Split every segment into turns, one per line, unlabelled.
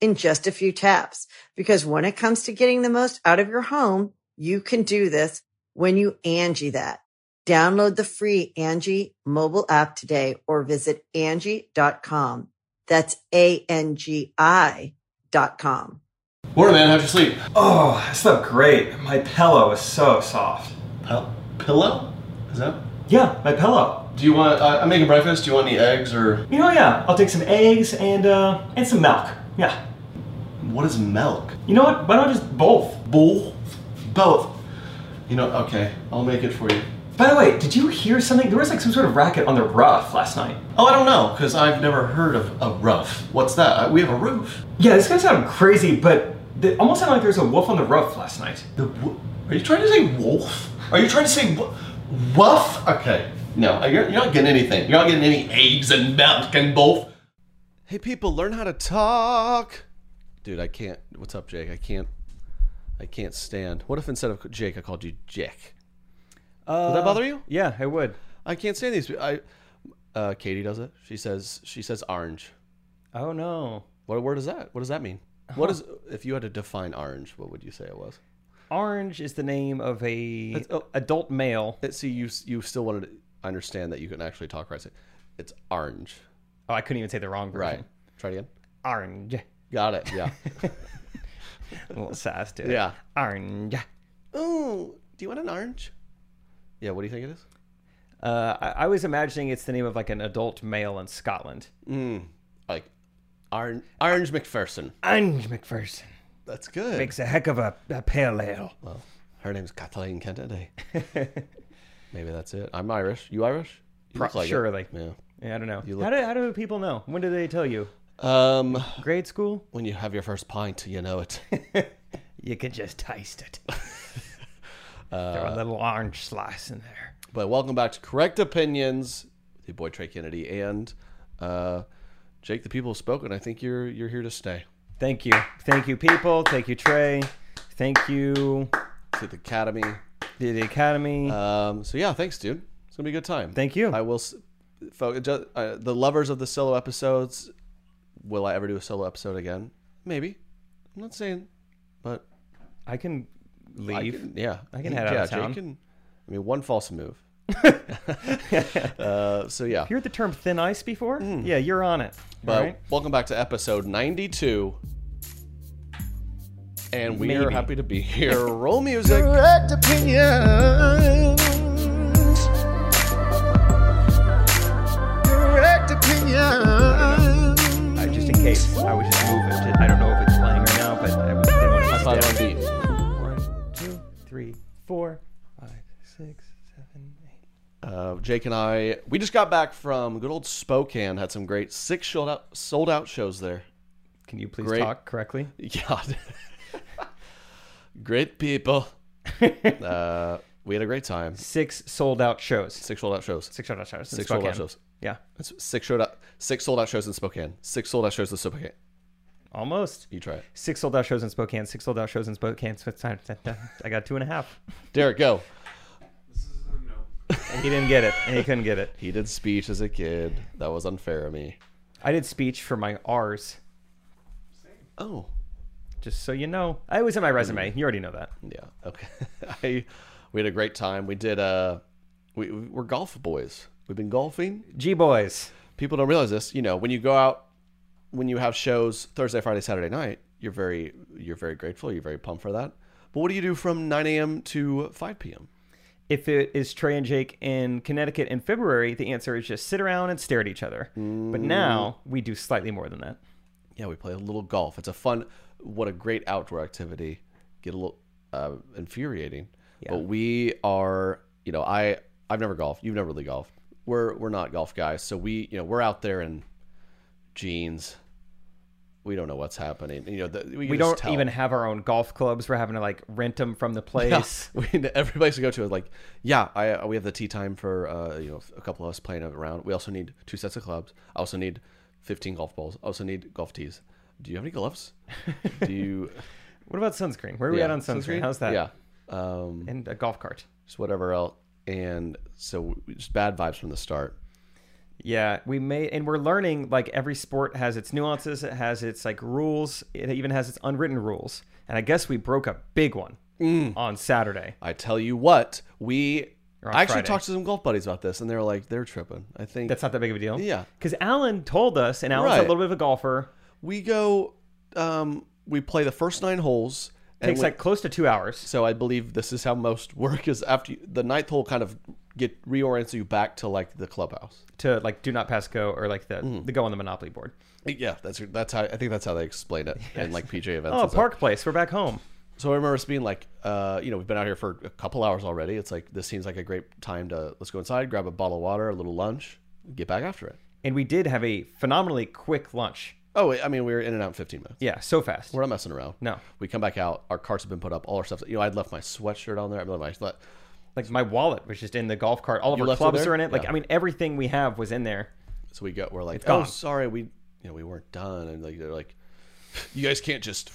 in just a few taps. Because when it comes to getting the most out of your home, you can do this when you Angie that. Download the free Angie mobile app today or visit Angie.com. That's A-N-G-I dot com.
Morning, man. How'd you sleep?
Oh, I slept great. My pillow is so soft.
Pel- pillow? Is that?
Yeah, my pillow.
Do you want? I I'm making breakfast. Do you want any eggs or
You know, yeah, I'll take some eggs and uh, and some milk. Yeah.
what is milk?
You know what? Why not just both?
Both. Both. You know. Okay. I'll make it for you.
By the way, did you hear something? There was like some sort of racket on the roof last night.
Oh, I don't know, because I've never heard of a roof. What's that? I- We have a roof.
Yeah, this gonna sound crazy, but it almost sounded like there was a wolf on the roof last night.
The. W- Are you trying to say wolf? Are you trying to say wo- woof? Okay. No, uh, you're, you're not getting anything. You're not getting any eggs and milk and both. Hey, people, learn how to talk. Dude, I can't. What's up, Jake? I can't. I can't stand. What if instead of Jake, I called you Jack?
Uh,
Would that bother you?
Yeah, I would.
I can't stand these. I, uh, Katie does it. She says she says orange.
Oh no.
What word is that? What does that mean? What is if you had to define orange? What would you say it was?
Orange is the name of a
That's- oh.
adult male.
It, see, you you still wanted to understand that you can actually talk right. It's orange,
Oh, I couldn't even say the wrong version.
right? Try it again.
Orange.
Got it. Yeah.
A little sass to it.
yeah.
Orange.
Ooh, do you want an orange? Yeah. What do you think it is?
Uh, I, I was imagining it's the name of like an adult male in Scotland.
Like orange orange McPherson.
Orange McPherson
That's good.
makes a heck of a, a pale ale.
well, her name's Kathleen Kennedy. Maybe that's it. I'm Irish. You Irish? You
Pro-
look like it.
surely.
Yeah.
Yeah, I don't know.
You look-
How, do, how do people know? When do they tell you?
Um,
Grade school?
when you have your first pint, you know it.
You can just taste it. Throw a little orange slice in there.
but welcome back to Correct Opinions, with your boy Trey Kennedy and uh, Jake. The people have spoken. I think you're you're here to stay.
Thank you. Thank you, people. Thank you, Trey. Thank you,
To the academy.
the, the Academy.
Um, so yeah, thanks, dude. It's gonna be a good time.
Thank you.
I will. s- fo- ju- uh, the lovers of the solo episodes. Will I ever do a solo episode again? Maybe. I'm not saying, but
I can
I
leave.
can- yeah,
I can
yeah,
head out of town.
Jake can. I mean, one false move. uh, so yeah.
You heard the term thin ice before? Yeah, you're on it.
But
right?
welcome back to episode 92. And we are
Maybe.
happy to be here. Roll music.
Uh, just in case, I was just moving. To, I don't know if it's playing right now, but I didn't want
I thought
to
it
miss
would be-
it. One, two, three, four, five, six, seven, eight.
Uh, Jake and I, we just got back from good old Spokane. Had some great six sold out, sold out shows there.
Can you please
Great.
talk correctly?
Yeah. great people. uh, we had a great time.
Six sold out shows.
Six sold out shows.
Six sold out shows. in
Six sold out
Spokane.
shows.
Yeah,
That's six sold out, six sold out shows in Spokane. Six sold out shows in Spokane.
almost.
You try it.
Six sold out shows in Spokane. Six sold out shows in Spokane. I got two and a half.
Derek, go.
And he didn't get it. And he couldn't get it.
He did speech as a kid. That was unfair of me.
I did speech for my R's.
Oh,
Just so you know, I was in my resume. You already know that.
yeah. Okay. I we had a great time. We did. Uh, we we- we're golf boys. We've been golfing.
G boys.
People don't realize this. You know, when you go out, when you have shows Thursday, Friday, Saturday night, you're very you're very grateful. You're very pumped for that. But what do you do from 9 a.m. to 5 p.m.?
If it is Trey and Jake in Connecticut in February, the answer is just sit around and stare at each other.
Mm.
But now we do slightly more than that.
Yeah, we play a little golf. It's a fun, what a great outdoor activity. Get a little uh, infuriating, but we are, you know, I I've never golfed. You've never really golfed. We're we're not golf guys, so we you know we're out there in jeans. We don't know what's happening. You know, the, we, can just
We don't
tell.
even have our own golf clubs. We're having to like rent them from the place.
Yeah. We, every place we go to is like, yeah, I, uh, we have the tea time for uh, you know a couple of us playing around. We also need two sets of clubs. I also need fifteen golf balls. I also need golf tees. Do you have any gloves? Do you?
What about sunscreen? Where are we
Yeah,
at on sunscreen? How's that?
Yeah, um,
And a golf cart.
just whatever else. And so we- just bad vibes from the start.
Yeah, we may, and we're learning. Like every sport has its nuances, it has its like rules, it even has its unwritten rules. And I guess we broke a big one on Saturday.
I tell you what, we.
on
I actually
Friday.
talked to some golf buddies about this, and they were like, they're tripping. I think
That's not that big of a deal.
Yeah.
because Alan told us, and Alan's
Right.
a little bit of a golfer.
we go. Um, we play the first nine holes. and
Takes
we-
like close to two hours.
So I believe this is how most work is after you, the ninth hole kind of get reorients you back to like the clubhouse.
to like do not pass go or like the the go on the monopoly board.
Yeah, that's that's how I think that's how they explain it in like PJ events.
Oh,
and stuff.
Park Place, we're back home.
So I remember us being like, uh, you know, we've been out here for a couple hours already. It's like this seems like a great time to let's go inside, grab a bottle of water, a little lunch, get back after it.
And we did have a phenomenally quick lunch.
Oh, I mean, we were in and out in 15 minutes.
Yeah, so fast.
We're not messing around.
No.
we come back out. Our carts have been put up. All our stuff. You know, I'd left my sweatshirt on there. I left my
Like my wallet was just in the golf cart. All of
You
our
left it
clubs
there?
are in it. Like
Yeah.
I mean, everything we have was in there.
So we go, we're like, oh,
gone.
sorry, we, you know, we weren't done, and like they're like, you guys can't just,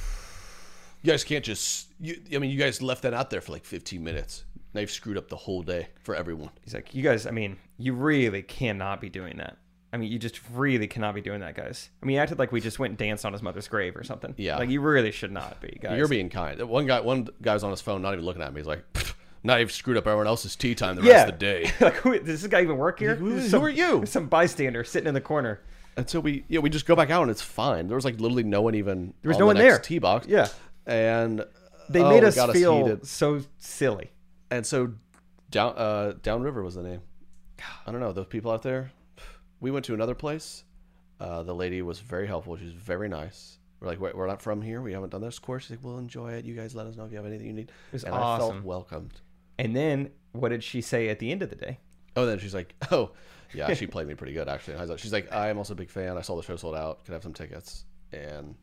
you guys can't just, you, I mean, you guys left that out there for like 15 minutes. Now you've screwed up the whole day for everyone.
He's like, you guys. I mean, you really cannot be doing that. I mean, you just really cannot be doing that, guys. I mean, he acted like we just went and danced on his mother's grave or something.
Yeah.
Like you really should not be, guys.
You're being kind. One guy, one guy's on his phone, not even looking at me. He's like, "Pfft, now you've screwed up everyone else's tea time the rest of the day.
like, who, does this guy even work here?
Who-
This is
who are you?
Some bystander sitting in the corner.
And so we, yeah, we just go back out and it's fine. There was like literally no one even. There
was no one there.
Tea box.
Yeah.
And
They
oh,
made
it
us
got
feel
heated.
so silly.
And so down uh downriver was the name. I don't know, those people out there. We went to another place. Uh, the lady was very helpful. She was very nice. We're like, we're, we're not from here. We haven't done this course. She's like, we'll enjoy it. You guys let us know if you have anything you need.
was
and I
awesome.
felt welcomed.
And then what did she say at the end of the day?
Oh, then she's like, oh, yeah, she played me pretty good, actually. And I was like- She's like, I am also a big fan. I saw the show sold out. Could I have some tickets. And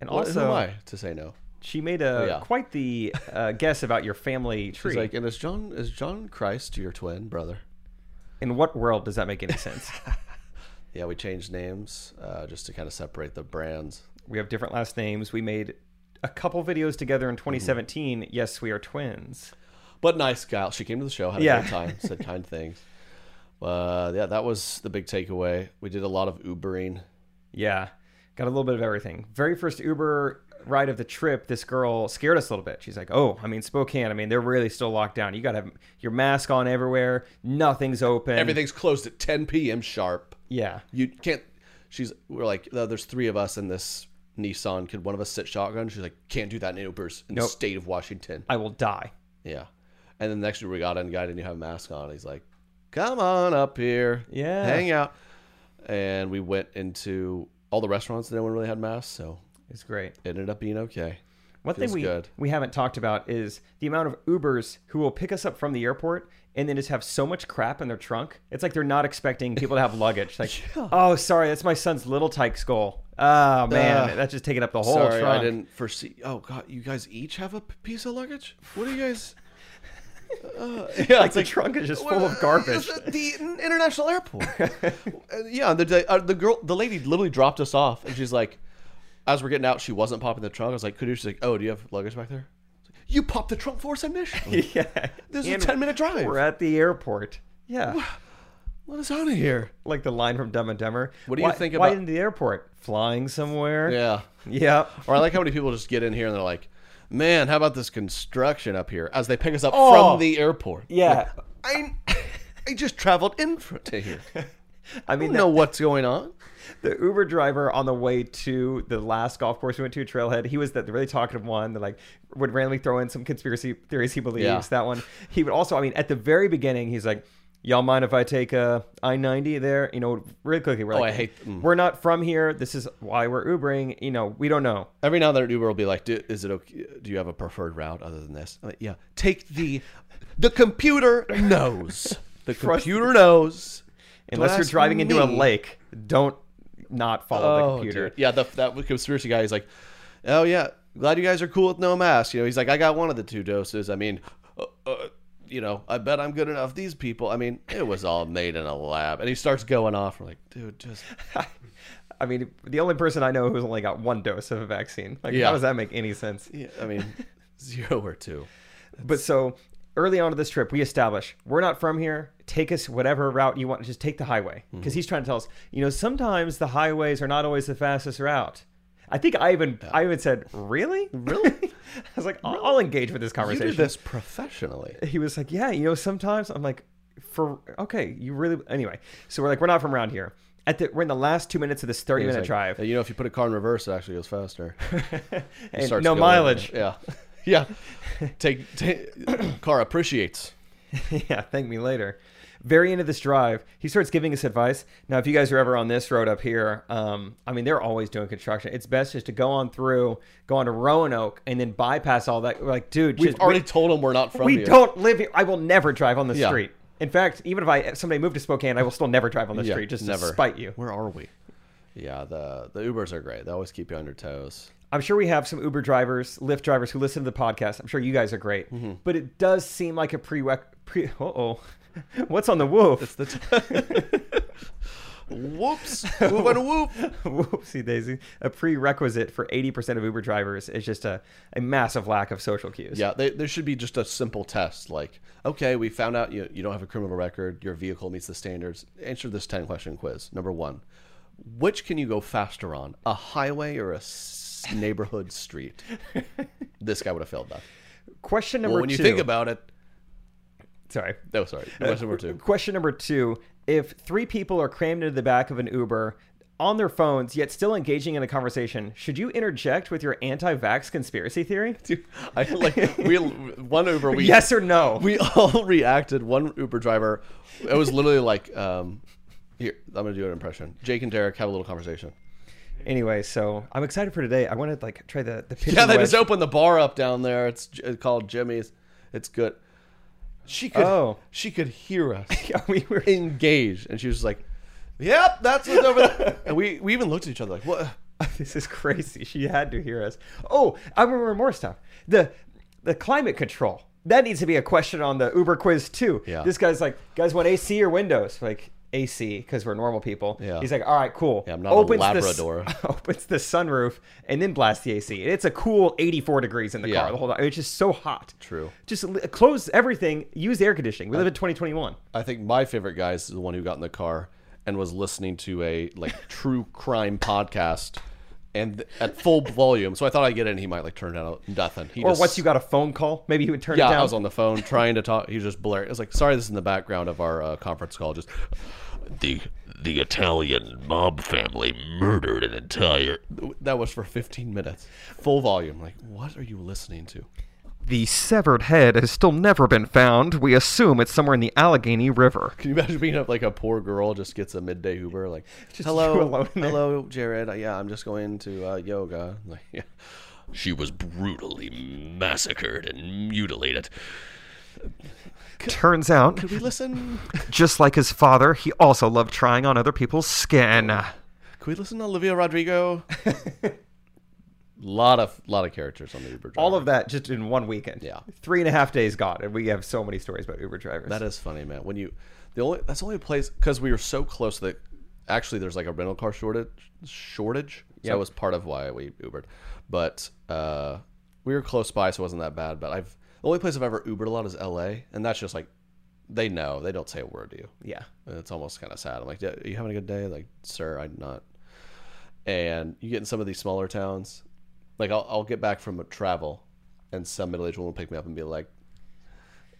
And
well, who am
also,
I to say no?
she made a
Yeah.
quite the uh, guess about your family tree.
She's like, and is John is John Christ your twin brother?
In what world does that make any sense?
Yeah, we changed names uh, just to kind of separate the brands.
we have different last names. We made a couple videos together in 2017. Yes, we are twins.
but nice gal. She came to the show, had a
Yeah.
great time, said kind things. Uh, yeah, that was the big takeaway. We did a lot of Ubering.
Yeah, got a little bit of everything. Very first Uber ride of the trip, this girl scared us a little bit. She's like, "Oh, I mean Spokane. I mean they're really still locked down. You got to have your mask on everywhere. Nothing's open.
Everything's closed at 10 p.m. sharp.
Yeah,
You can't. She's. We're like, "No, there's three of us in this Nissan. Could one of us sit shotgun? She's like, can't do that in Ubers in the
Nope.
state of Washington.
I will die.
Yeah. And then the next year we got in, the guy didn't even have a mask on. He's like, come on up here.
Yeah.
Hang out. And we went into all the restaurants. No one really had masks, so
It's great."
it ended up being okay.
One
Feels
thing we
good.
we haven't talked about is the amount of Ubers who will pick us up from the airport and then just have so much crap in their trunk. It's like they're not expecting people to have luggage. Like, oh, sorry, that's my son's little tyke skull. Oh man,
Ugh.
that's just taking up the whole
Sorry,
trunk.
I didn't foresee. Oh God, you guys each have a p- piece of luggage. What do you guys? Uh, yeah,
Like, the trunk is just full of garbage.
It's at the in- international airport. Uh, yeah, the day- uh, the girl, the lady, literally dropped us off, and she's like, as we're getting out, she wasn't popping the trunk. I was like, could you? She's like, oh, do you have luggage back there? I was like, You popped the trunk for us in Michigan.
yeah,
This is
And
a ten minute drive.
We're at the airport. Yeah,
Let us out of here.
like the line from Dumb and Dumber.
What do you
Why-
think
Why
about-
into the airport? Flying somewhere?
Yeah.
Yep.
Or I like how many people just get in here and they're like, man, how about this construction up here? As they pick us up
Oh.
from the airport.
Yeah.
I I just traveled in for, to here.
I mean,
don't know what's going on.
the Uber driver on the way to the last golf course we went to, Trailhead, he was the really talkative one that like would randomly throw in some conspiracy theories he believes.
Yeah.
That one. He would also, I mean, at the very beginning, he's like, "Y'all mind if I take a I ninety there?" You know, really quickly. We're
Oh,
like,
I hate- mm.
We're not from here. This is why we're Ubering. You know, we don't know.
Every now and then, Uber will be like, "Do- "Is it okay? Do you have a preferred route other than this?" I'm like, yeah, take the the computer knows. The computer knows.
Unless you're
ask
driving into a
me.
lake, don't not follow the
Oh,
computer.
dude. yeah, the, that conspiracy guy is like, "Oh yeah, glad you guys are cool with no mask." You know, he's like, "I got one of the two doses." I mean, uh, uh, you know, I bet I'm good enough. These people, I mean, it was all made in a lab, and he starts going off. We're like, dude, just
I mean, the only person I know who's only got one dose of a vaccine. Like,
Yeah.
how does that make any sense?
yeah, I mean, zero or two.
But so early on in this trip, we establish we're not from here. Take us whatever route you want. Just take the highway
Mm-hmm.
because he's trying to tell us. You know, sometimes the highways are not always the fastest route. I think I even I even said, "Really, really." I was like, I'll, I'll engage with this
You
conversation."
do this professionally.
he was like, "Yeah, you know, sometimes I'm like, for okay, you really." Anyway, so we're like, "We're not from around here." At the we're in the last two minutes of this thirty minute
It's like,
drive.
You know, if you put a car in reverse, it actually goes faster.
and
starts
no
going.
mileage.
Yeah, yeah. Take, take car appreciates.
yeah, thank me later. Very end of this drive, he starts giving us advice. Now, if you guys are ever on this road up here, um, I mean, they're always doing construction. It's best just to go on through, go on to Roanoke, and then bypass all that. We're like, dude,
We've
just,
already
we,
told them we're not from
we
here.
don't live here. I will never drive on the
Yeah.
street. In fact, even if I if somebody moved to Spokane, I will still never drive on the
Yeah,
street just
never.
to spite you.
Where are we? Yeah, the the Ubers are great. They always keep you on your toes.
I'm sure we have some Uber drivers, Lyft drivers who listen to the podcast. I'm sure you guys are great,
Mm-hmm.
but it does seem like a prereq. Pre- uh oh, what's on the woof?
Whoops! Whoop and whoop.
Whoopsie daisy. A prerequisite for 80% of Uber drivers is just a, a massive lack of social cues.
Yeah, they, there should be just a simple test like, okay, we found out you, you don't have a criminal record, your vehicle meets the standards. Answer this 10 question quiz. Number one, which can you go faster on, a highway or a s- neighborhood street? this guy would have failed that.
Question number
Well, when
two.
you think about it,
Sorry.
no, sorry. Question number two.
Question number two. If three people are crammed into the back of an Uber on their phones, yet still engaging in a conversation, should you interject with your anti vax conspiracy theory?
I like we one Uber we
yes or no?
we all reacted. One Uber driver, it was literally like, um, here, I'm gonna do an impression. Jake and Derek have a little conversation.
anyway, so I'm excited for today. I want to like try the, the pitching
Yeah, they
wedge.
just opened the bar up down there. It's, j- it's called Jimmy's. It's good. She could,
Oh.
she could hear us
we were
engage, and she was just like, "Yep, that's what's over there." And we we even looked at each other like, "What?"
this is crazy. She had to hear us. Oh, I remember more stuff. The the climate control. That needs to be a question on the Uber quiz too.
Yeah.
This guy's like, guys want AC or windows? Like AC because we're normal people.
Yeah.
He's like, all right, cool.
Yeah, I'm not a Labrador.
The, s- opens the sunroof and then blasts the AC. It's a cool 84 degrees in the
Yeah.
car the whole time. It's just so hot.
True.
Just li- close everything. Use air conditioning. We live in 2021.
I think my favorite guy is the one who got in the car and was listening to a like true crime podcast. And th- at full volume, so I thought I'd get in. He might like turn down nothing. He
Or
just-
once you got a phone call, maybe you would turn
Yeah,
it down.
I was on the phone trying to talk. He was just blaring. It was like, sorry, this is in the background of our uh, conference call. Just
the the Italian mob family murdered an entire
that was for 15 minutes, full volume. Like, what are you listening to?
The severed head has still never been found. We assume it's somewhere in the Allegheny River.
Can you imagine being up like a poor girl just gets a midday Uber? Like,
you
hello,
alone in there."
hello, Jared. Uh, Yeah, I'm just going to uh, yoga. Like, yeah.
she was brutally massacred and mutilated
Turns out,
Could we listen?
just like his father, he also loved trying on other people's skin.
Could we listen to Olivia Rodrigo? lot of lot of characters on the Uber. Driver.
All of that just in one weekend.
Yeah.
Three and a half days gone, and we have so many stories about Uber drivers.
That is funny, man. When you the only that's the only place because we were so close that actually there's like a rental car shortage shortage. So that was part of why we Ubered, but uh, we were close by, so it wasn't that bad. But I've the only place I've ever Ubered a lot is L.A. and that's just like they know they don't say a word to you.
yeah.
And it's almost kind of sad. I'm like, "Yeah, are you having a good day? Like, sir, I'm not. And you get in some of these smaller towns, like I'll, I'll get back from a travel, and some middle aged woman will pick me up and be like,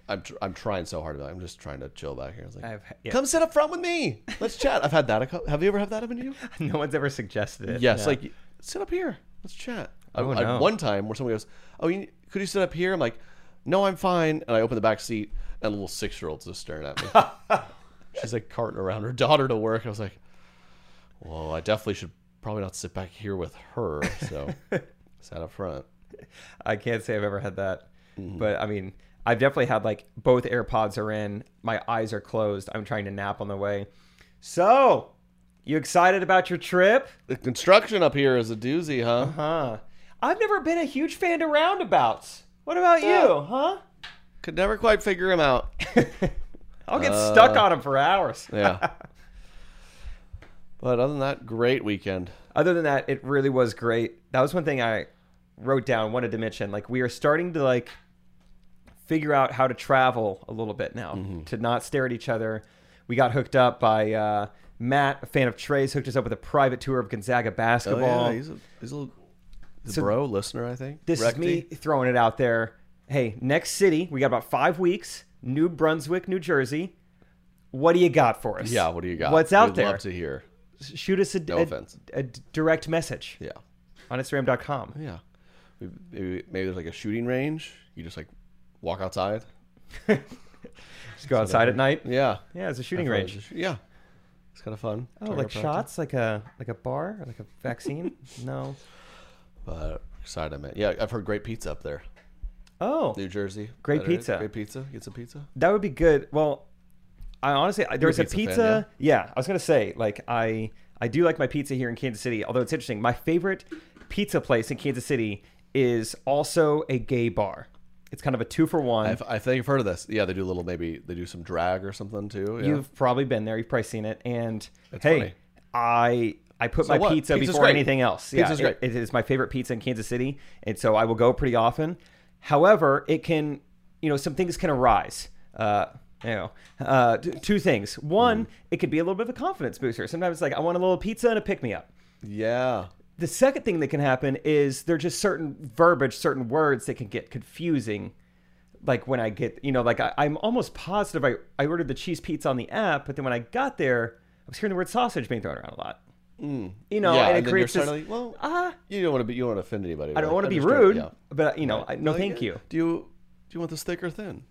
I'm tr- I'm trying so hard. to be like, I'm just trying to chill back here. It's like,
I've, yeah,
come sit up front with me. Let's chat. I've had that. A couple, have you ever had that happen to you?
no one's ever suggested it.
Yes,
No.
like sit up here. Let's chat. I,
Oh,
I-
no.
one time where someone goes, "Oh, you, could you sit up here?" I'm like, "No, I'm fine." And I open the back seat, and a little six year old's just staring at me. She's like carting around her daughter to work. I was like, "Whoa, I definitely should probably not sit back here with her." So sat up front.
I can't say I've ever had that.
Mm-hmm.
But I mean, I've definitely had like both AirPods are in, my eyes are closed, I'm trying to nap on the way. So, you excited about your trip?
The construction up here is a doozy, huh?
Huh. I've never been a huge fan of roundabouts. What about you, huh?
Could never quite figure him out.
I'll get stuck on them for hours.
Yeah. but other than that, great weekend.
Other than that, it really was great. That was one thing I wrote down, wanted to mention. Like, we are starting to like figure out how to travel a little bit now to not stare at each other. We got hooked up by uh, Matt, a fan of Trey's, hooked us up with a private tour of Gonzaga
a,
basketball.
Oh, he's a little he's a bro listener, I think.
this is me throwing it out there. Hey, next city, we got about five weeks. New Brunswick, New Jersey. What do you got for us?
Yeah, what do you got?
What's out
We'd
there?
Love to hear.
Shoot us a,
No
a-
offense.
a d- direct message
Yeah,
on Instagram.com.
yeah. Maybe, maybe, maybe there's like a shooting range. You just like walk outside.
Just go outside at night.
Yeah,
Yeah, it's a shooting
Probably
range.
just- Yeah, it's kind of fun.
Oh,
Target
like
practice.
shots, like a like a bar, or like a vaccine. no.
But excited, man. Yeah, I've heard great pizza up there,
Oh,
New Jersey.
Great
That area.
pizza.
Great pizza. Get some pizza.
that would be good. Well, I honestly I- there was a
pizza fan,
pizza. yeah, I was gonna say like I I do like my pizza here in Kansas City. Although it's interesting, my favorite pizza place in Kansas City is also a gay bar. It's kind of a two for one.
I've, I think I've heard of this. Yeah, they do a little maybe they do some drag or something too. Yeah.
You've probably been there. You've probably seen it. And hey,
funny.
I I put my
what?
pizza
Pizza's
before
great.
anything else.
Pizza's
yeah, it-
great.
it is my favorite pizza in Kansas City, and so I will go pretty often. However, it can, you know, some things can arise. Uh, you know, uh, t- two things.
Mm-hmm.
One, it could be a little bit of a confidence booster. Sometimes it's like I want a little pizza and a pick me up.
yeah.
The second thing that can happen is there are just certain verbiage, certain words that can get confusing. Like when I get, you know, like I, I'm almost positive I, I ordered the cheese pizza on the app, but then when I got there, I was hearing the word sausage being thrown around a lot. You know,
Mm. yeah,
and it
and then you're
creates this,
starting to, well,
ah,
you don't want to be you don't want to offend anybody.
I don't want to be rude, but you know, I, no, thank you.
Oh, Do you do you want this thick or thin?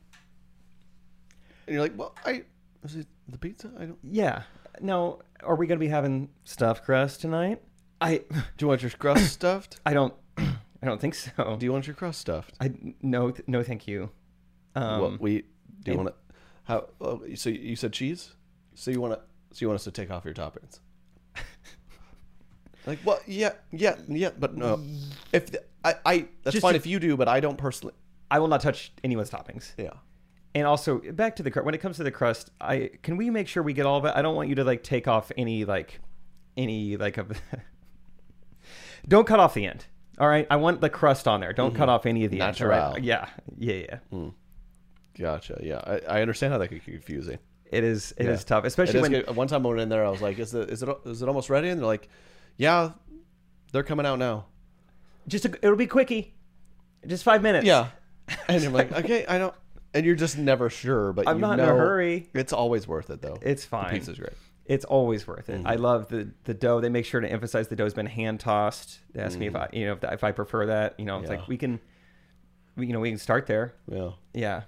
And you're like, well, I is it the pizza? I don't. Do
Yeah. Now, are we going to be having stuffed crust tonight? I,
you want your crust stuffed?
I don't, I don't think so.
Do you want your crust stuffed?
I no, th- no, thank you. Um,
well, we do you want to? How? Oh, so you said cheese. So you want to? So you want us to take off your toppings? like, well, yeah, yeah, yeah, but no. If the, I, I, that's
Just
fine
to-
if you do, but I don't personally.
I will not touch anyone's toppings.
Yeah.
And also back to the crust. When it comes to the crust, I can we make sure we get all of it. I don't want you to like take off any like any like of. don't cut off the end. All right, I want the crust on there. Don't cut off any of the end. all right?
Mm-hmm. Natural. Mm.
Yeah, yeah, yeah.
Gotcha. Yeah, I, I understand how that could be confusing.
It is it is
Yeah.
tough,
It
especially
is
when
good. one time I went in there, I was like, "Is it is it is it almost ready?" And they're like, "Yeah, they're coming out now."
just a, it'll be quickie, just five minutes.
Yeah, and I'm like, "Okay, I don't." And you're just never sure, but
I'm
you
not in a
know
hurry.
It's always worth it though.
It's fine.
The pizza's great.
It's always worth it.
Mm-hmm.
I love the the dough. They make sure to emphasize the dough's been hand tossed. They ask me if I you know if, if I prefer that. You know, it's
Mm-hmm. Yeah.
like we can, we, you know, we can start there.
Yeah,
Yeah.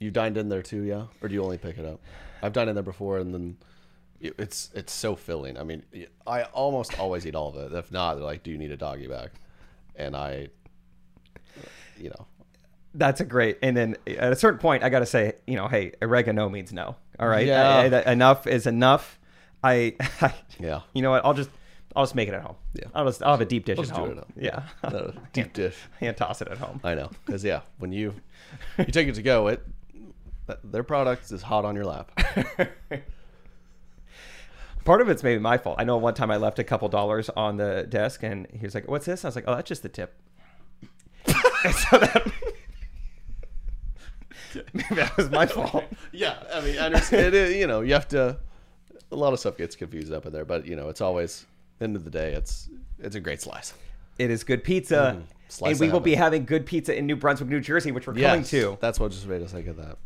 you dined in there too, yeah, or do you only pick it up? I've dined in there before, and then it- it's it's so filling. I mean, I almost always eat all of it. If not, they're like, "Do you need a doggy bag?" And I, you know,
That's a great. And then at a certain point, I got to say, you know, hey, oregano means no. All right.
Yeah.
I- I- that- enough is enough. I, I,
Yeah.
You know what? I'll just, I'll just make it at home. Yeah. I'll just, I'll have a deep dish
just
at
do
home.
it at home.
Yeah.
uh, deep dish.
and toss it at home.
I know, because yeah, when you you take it to go, it that, their product is hot on your lap.
Part of it's maybe my fault. I know one time I left a couple dollars on the desk, and he was like, "What's this?" I was like, "Oh, that's just the tip." And so that. Maybe that was my fault.
yeah, I mean, I understand. It, is- you know, you have to. A lot of stuff gets confused up in there, but you know, it's always end of the day, it's it's a great slice.
It is good pizza,
Mm-hmm. slice
and we
of
will be
heaven.
having good pizza in New Brunswick, New Jersey, which we're coming
Yes,
to.
That's what just made us think of that.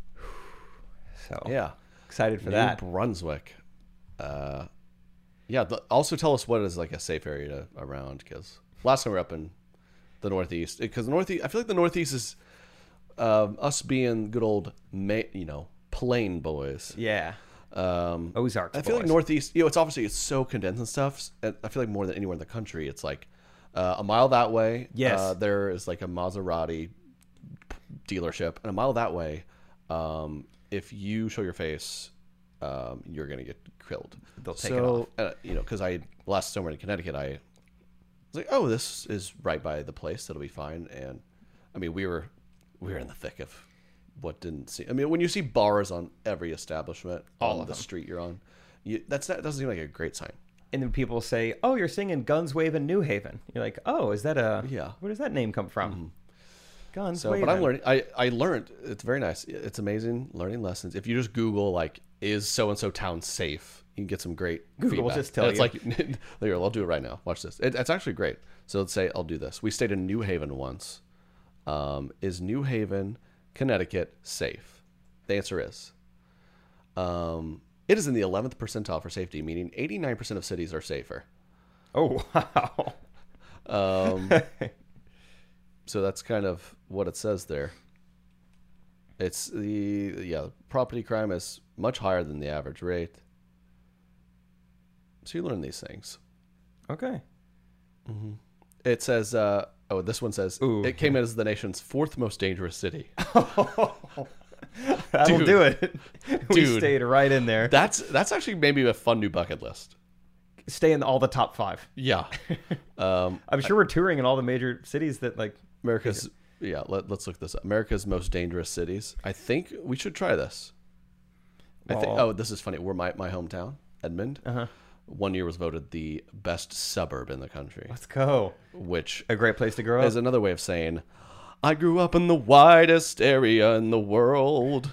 So
Yeah.
excited for
New
that.
Brunswick. Uh, yeah. th also, tell us what is like a safe area to, around because last time we were up in the Northeast, because the Northeast, I feel like the Northeast is um, us being good old, ma- you know, plain boys.
Yeah.
Um,
Ozarks.
I feel like
boys.
Northeast, you know, it's obviously it's so condensed and stuff. and I feel like more than anywhere in the country, it's like uh, a mile that way.
Yes.
uh, there is like a Maserati dealership, and a mile that way, um, if you show your face, um, you're gonna get killed. They'll
take it off.
Uh, you know, because I last summer in Connecticut, I was like, oh, this is right by the place. That'll be fine. And I mean, we were we were in the thick of what didn't see. I mean, when you see bars on every establishment on the street you're on, you, that's not, that doesn't seem like a great sign.
and then people say, "Oh, you're singing Guns Waving New Haven." You're like, "Oh, is that a
Yeah. Mm-hmm.
Where does that name come from?" Guns.
So, but I'm learning. I I learned. It's very nice. It's amazing learning lessons. If you just Google like, is so and so town safe? You can get some great.
Google will
feedback.
just tell
And it's
you.
like, there, I'll do it right now. Watch this. It, it's actually great. So let's say I'll do this. We stayed in New Haven once. Um, is New Haven, Connecticut, safe? The answer is. Um, it is in the 11th percentile for safety, meaning 89% of cities are safer.
Oh wow.
so that's kind of what it says there. It's the yeah, property crime is much higher than the average rate. So you learn these things.
Okay.
It says, uh, oh, this one says
Ooh.
it came in as the nation's fourth most dangerous city.
That'll
Dude.
do it. we
Dude.
stayed right in there.
That's that's actually maybe a fun new bucket list.
Stay in all the top five.
Yeah, Um,
I'm sure we're touring in all the major cities that like.
America's yeah. Let, let's look this up. America's most dangerous cities. I think we should try this. I think.
Well- Uh-huh.
Oh, this is funny. We're my my hometown, Edmond. One year was voted the best suburb in the country.
Let's go.
which
A great place to grow
is
up.
another way of saying I grew up in the widest area in the world.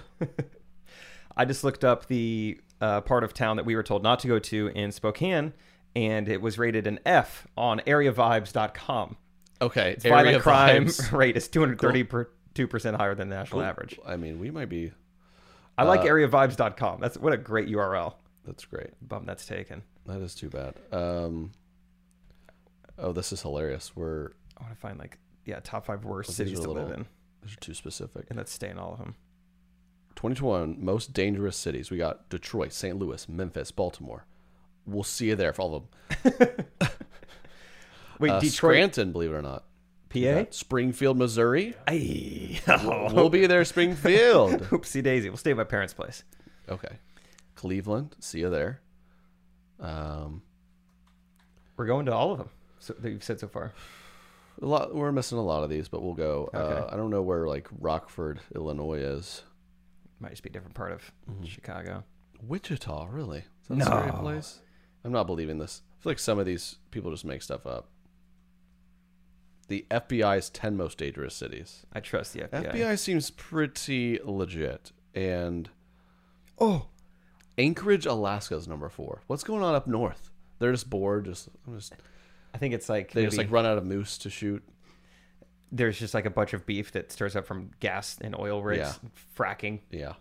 I just looked up the uh, part of town that we were told not to go to in Spokane, and it was rated an F on AreaVibes.com.
Okay,
Violent crime
vibes.
rate is 232 percent higher than the national average.
I mean, we might be.
I like
Uh,
areavibes.com. That's what a great URL.
That's great.
Bum that's taken.
That is too bad. Um, oh, this is hilarious. We're
I want to find like yeah, top five worst
these
cities
are
to
little-
live in,
these are too specific.
and let's stay in all of them.
2021 most dangerous cities. We got Detroit, St. Louis, Memphis, Baltimore. We'll see you there for all of them.
Wait,
Uh,
Detroit,
Scranton, believe it or not.
PA.
Springfield, Missouri.
Ay,
We'll be there, Springfield.
Oopsie daisy. We'll stay at my parents' place.
Okay. Cleveland, see you there. Um,
We're going to all of them so, that you've said so far.
a lot. We're missing a lot of these, but we'll go. Uh,
Okay.
I don't know where like Rockford, Illinois is.
Might just be a different part of
Mm-hmm.
Chicago.
Wichita, really? Is that a scary place? I'm not believing this. I feel like some of these people just make stuff up. The FBI's 10 most dangerous cities.
I trust the FBI.
FBI seems pretty legit. And
Oh,
Anchorage, Alaska is number four. What's going on up north? They're just bored. Just, I'm just
I think it's like
they just
maybe
like run out of moose to shoot.
there's just like a bunch of beef that stirs up from gas and oil rigs,
Yeah.
fracking.
Yeah,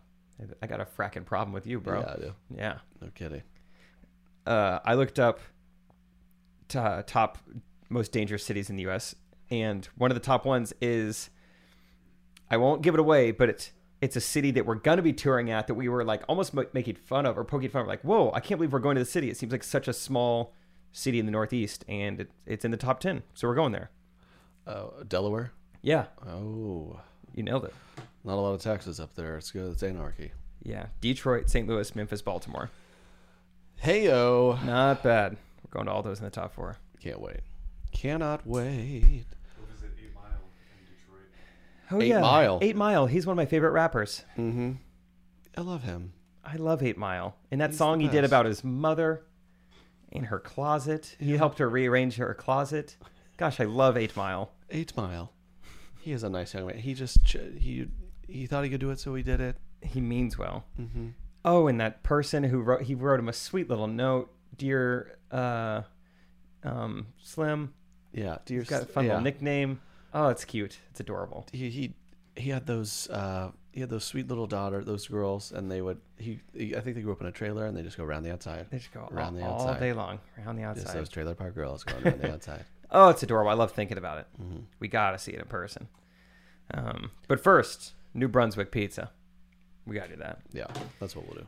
I got a fracking problem with you, bro.
yeah, I do.
yeah.
No kidding.
uh, I looked up t- uh, top most dangerous cities in the U.S. and one of the top ones is I won't give it away, but it's it's a city that we're gonna be touring at that we were like almost m- making fun of or poking fun of, like, whoa, I can't believe we're going to the city. It seems like such a small city in the Northeast, and it, it's in the top ten, so we're going there.
Oh, Delaware.
Yeah,
Oh,
you nailed it.
not a lot of taxes up there. It's good. It's anarchy.
Yeah, Detroit, St. Louis, Memphis, Baltimore.
Heyo.
Not bad. We're going to all those in the top four.
Can't wait. Cannot wait.
Oh
Eight
yeah,
Mile.
Eight Mile. He's one of my favorite rappers.
I love him.
I love Eight Mile. And that song he did
best.
about his mother in her closet. He helped her rearrange her closet. Gosh, I love Eight Mile.
Eight Mile. He is a nice young man. He just ch- he he thought he could do it, so he did it.
He means well.
Mm-hmm.
Oh, and that person who wrote he wrote him a sweet little note, dear uh, um, Slim.
Yeah. Dear,
He's got a fun
yeah.
little nickname. Oh, it's cute. It's adorable.
He, he he had those uh, he had those sweet little daughter those girls, and they would he, he I think they grew up in a trailer and they just go around the outside.
They just go
around
all,
the
all
outside.
day long, around the
Just
outside.
those trailer park girls going around the outside.
Oh, it's adorable. I love thinking about it.
Mm-hmm.
We gotta see it in person. Um, but first, New Brunswick pizza. We gotta do that.
Yeah, that's what we'll do.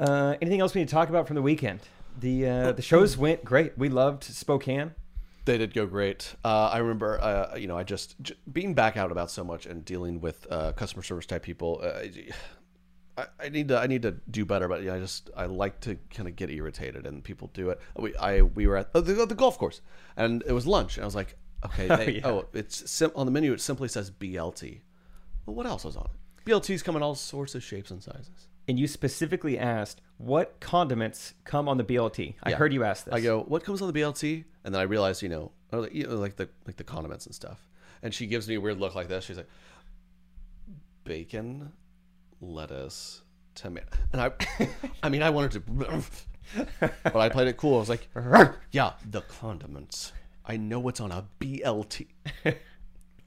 Uh, anything else we need to talk about from the weekend? The
Oh,
uh, the shows went great. We loved Spokane.
They did go great. Uh, I remember, uh, you know, I just j- being back out about so much and dealing with uh, customer service type people. Uh, I, I need to I need to do better, but yeah, I just I like to kind of get irritated, and people do it. We I we were at oh, the, the golf course, and it was lunch, and I was like, okay, they, oh,
yeah.
it's sim- on the menu. It simply says BLT. Well, what else was on it? BLTs come in all sorts of shapes and sizes.
And you specifically asked what condiments come on the BLT. I
Yeah.
heard you ask this.
I go, what comes on the BLT? And then I realized, you know, I was like, you know, like the like the condiments and stuff. And she gives me a weird look like this. She's like, bacon, lettuce, tomato. And I, I mean, I wanted to, but I played it cool. I was like, yeah, the condiments. I know what's on a BLT.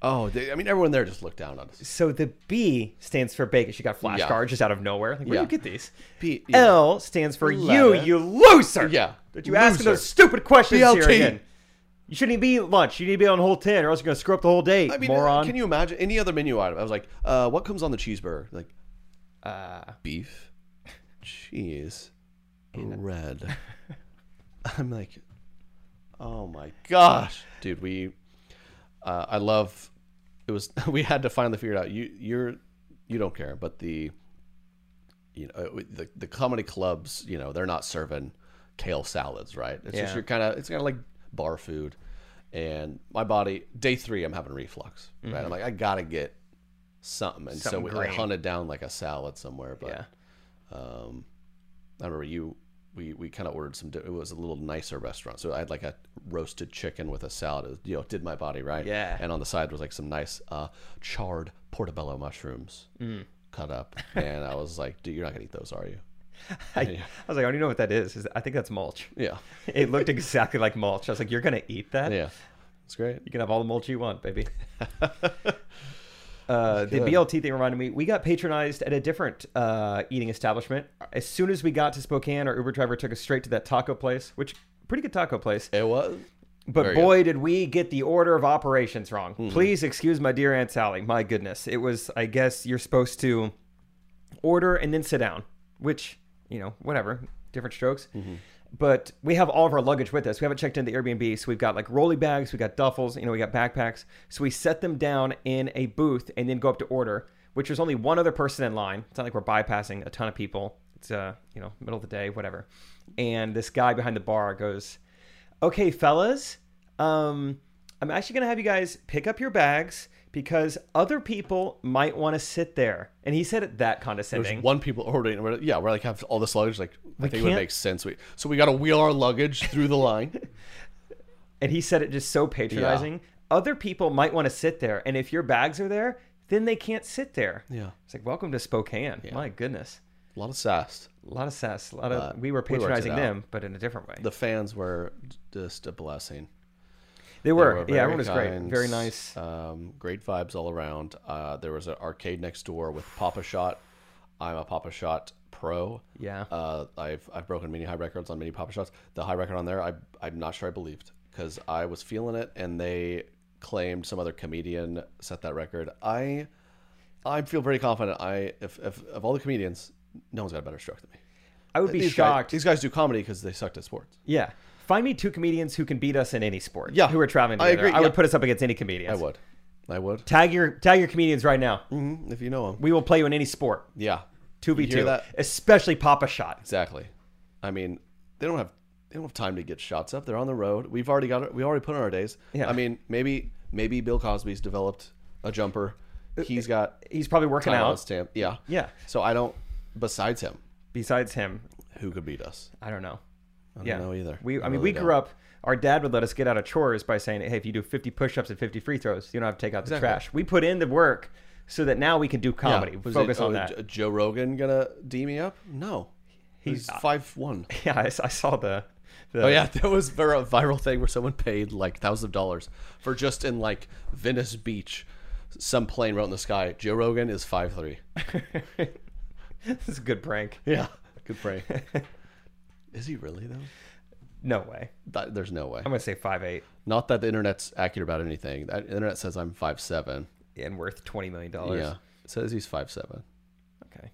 Oh, they, I mean, everyone there just looked down on us.
So the B stands for bacon. She got flashcards
Yeah.
just out of nowhere. Like, where
Yeah.
do you get these?
B-
L stands for
Lettuce.
you, you loser.
Yeah.
Did you ask
Loser.
those stupid questions here
BLT.
again? You shouldn't even be at lunch. You need to be on whole ten, or else you're gonna screw up the whole day,
I mean, uh,
moron.
can you imagine any other menu item? I was like, uh, what comes on the cheeseburger? Like, uh, beef, cheese, bread. I'm like, oh my gosh, dude. We, uh, I love. It was we had to finally figure it out. You you're you don't care, but the you know uh, the the comedy clubs you know they're not serving kale salads right it's just
Yeah.
your kind of it's kind of like bar food and my body day three i'm having reflux right i'm like i gotta get something and
Mm-hmm. Something
so we, i
green.
hunted down like a salad somewhere but um,
yeah.
i remember you we, we kind of ordered some di- it was a little nicer restaurant so i had like a roasted chicken with a salad it was, you know did my body right
Yeah.
and on the side was like some nice uh, charred portobello mushrooms
Mm.
cut up and i was like dude you're not gonna eat those are you
I, I was like, I don't even know what that is. Is- I think that's mulch.
yeah
It looked exactly like mulch. I was like, you're gonna eat that?
yeah it's great
You can have all the mulch you want, baby. Uh, the BLT thing reminded me. We got patronized at a different uh, eating establishment. As soon as we got to Spokane, our Uber driver took us straight to that taco place, which pretty good taco place.
It was.
But
Very
boy, did we get the order of operations wrong. Please excuse my dear Aunt Sally. My goodness. It was, I guess, you're supposed to order and then sit down, which, you know, whatever, different strokes. But we have all of our luggage with us. We haven't checked into the Airbnb. So we've got like rolly bags, we got duffels, you know, we got backpacks. So we set them down in a booth and then go up to order, which was only one other person in line. It's not like we're bypassing a ton of people. It's, uh, you know, middle of the day, whatever. And this guy behind the bar goes, okay fellas um I'm actually going to have you guys pick up your bags because other people might want to sit there. And he said it that
There's
condescending.
one people ordering. and We're, yeah, we're like have all this luggage. Like I think it would
can't-
make sense. We, so we got to wheel our luggage through the line.
and he said it just so patronizing. Other people might want to sit there. And if your bags are there, then they can't sit there.
Yeah.
It's like, welcome to Spokane. My goodness.
A lot of sass.
A lot of sass. A lot of,
Uh,
we were
we worked it
patronizing
out.
them, but in a different way.
The fans were just a blessing.
they
They
were.
were very
yeah, everyone was
kind,
great. Very nice.
Um, great vibes all around. Uh, there was an arcade next door with Papa Shot. I'm a Papa Shot pro.
Yeah.
Uh, I've I've broken many high records on many Papa Shots. The high record on there, I I'm not sure I believed because I was feeling it, and they claimed some other comedian set that record. I I feel very confident. I if, if of all the comedians, no one's got a better stroke than me.
I would be
These guys-
shocked.
these guys do comedy because they sucked at sports.
yeah. Find me two comedians who can beat us in any sport.
Yeah.
Who are traveling
I
together. I,
agree, yeah.
would put us up against any comedians.
I would. I would.
Tag your tag your comedians right now.
Mhm, If you know them.
We will play you in any sport.
Yeah.
Two v
You hear
two,
that?
especially Papa Shot.
Exactly. I mean, they don't have they don't have time to get shots up. They're on the road. We've already got we already put in our days.
Yeah.
I mean, maybe maybe Bill Cosby's developed a jumper. He's got
He's probably working
timeout
Uh, out.
stamp. Yeah.
Yeah.
So I don't. Besides him,
Besides him,
who could beat us?
I don't know. I don't
know either.
We,
I
I, mean,
really
we grew
don't.
up. Our dad would let us get out of chores by saying, "Hey, if you do 50 push-ups and 50 free throws, you don't have to take out the trash." We put in the work so that now we can do comedy.
Was
Focus
it-
on
oh,
that.
J- Joe Rogan gonna D me up? No. He's
uh,
five one.
Yeah, I, s- I saw the. the
Oh yeah, there was a vir- viral thing where someone paid like thousands of dollars for just in like Venice Beach, some plane wrote in the sky. Joe Rogan is five three.
this is a good prank.
Yeah, good prank. is he really though?
No way.
That, there's no way.
I'm gonna say five eight
Not that the internet's accurate about anything. That- The internet says I'm five seven.
and worth 20 million dollars.
Yeah, it says he's five seven.
Okay.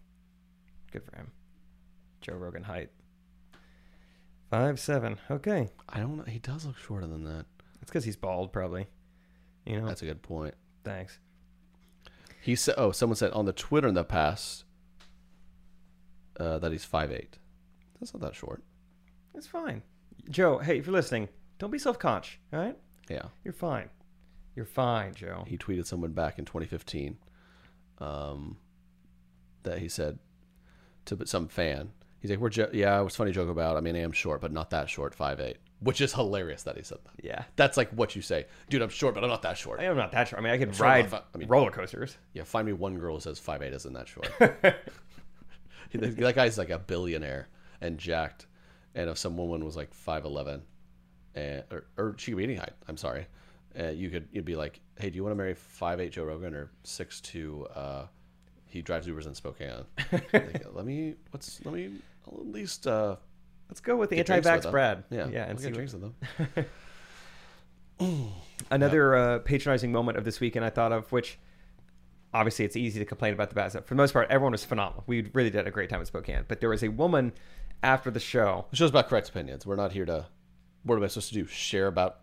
Good for him. Joe Rogan height. Five seven. Okay.
I don't know. He does look shorter than that.
It's because he's bald, probably. You know.
That's a good point.
Thanks.
He said, "Oh, someone said on the Twitter in the past uh, that he's five eight. That's not that short.
It's fine. Joe, hey, if you're listening, don't be self conscious. All right.
Yeah."
You're fine. You're fine, Joe.
he tweeted someone back in 2015 um, that he said to some fan, he's like, "We're jo- yeah, it was a funny joke about. I mean, I am short, but not that short, five eight, which is hilarious that he said that.
Yeah.
That's like what you say, dude. I'm short, but I'm not that short.
I am not that sure. I mean, I could
sure I'm not
ride
fi- I mean-
roller coasters.
Yeah, find me one girl who says five eight isn't that short. that guy's like a billionaire and jacked. And if some woman was like five eleven, and or, or she could be any height. I'm sorry, uh, you could you'd be like, hey, do you want to marry five eight Joe Rogan or six two? Uh, he drives Ubers in Spokane. Like, let me what's let me I'll at least uh,
Let's go with the
get drinks with
anti-vax
them.
Brad.
Yeah,
yeah,
I'll
and
get
see what-
drinks with them.
another uh, patronizing moment of this weekend I thought of, which obviously it's easy to complain about the bad stuff. For the most part, everyone was phenomenal. We really did a great time at Spokane. But there was a woman after the show.
The show's about correct opinions. We're not here to. What am I supposed to do? Share about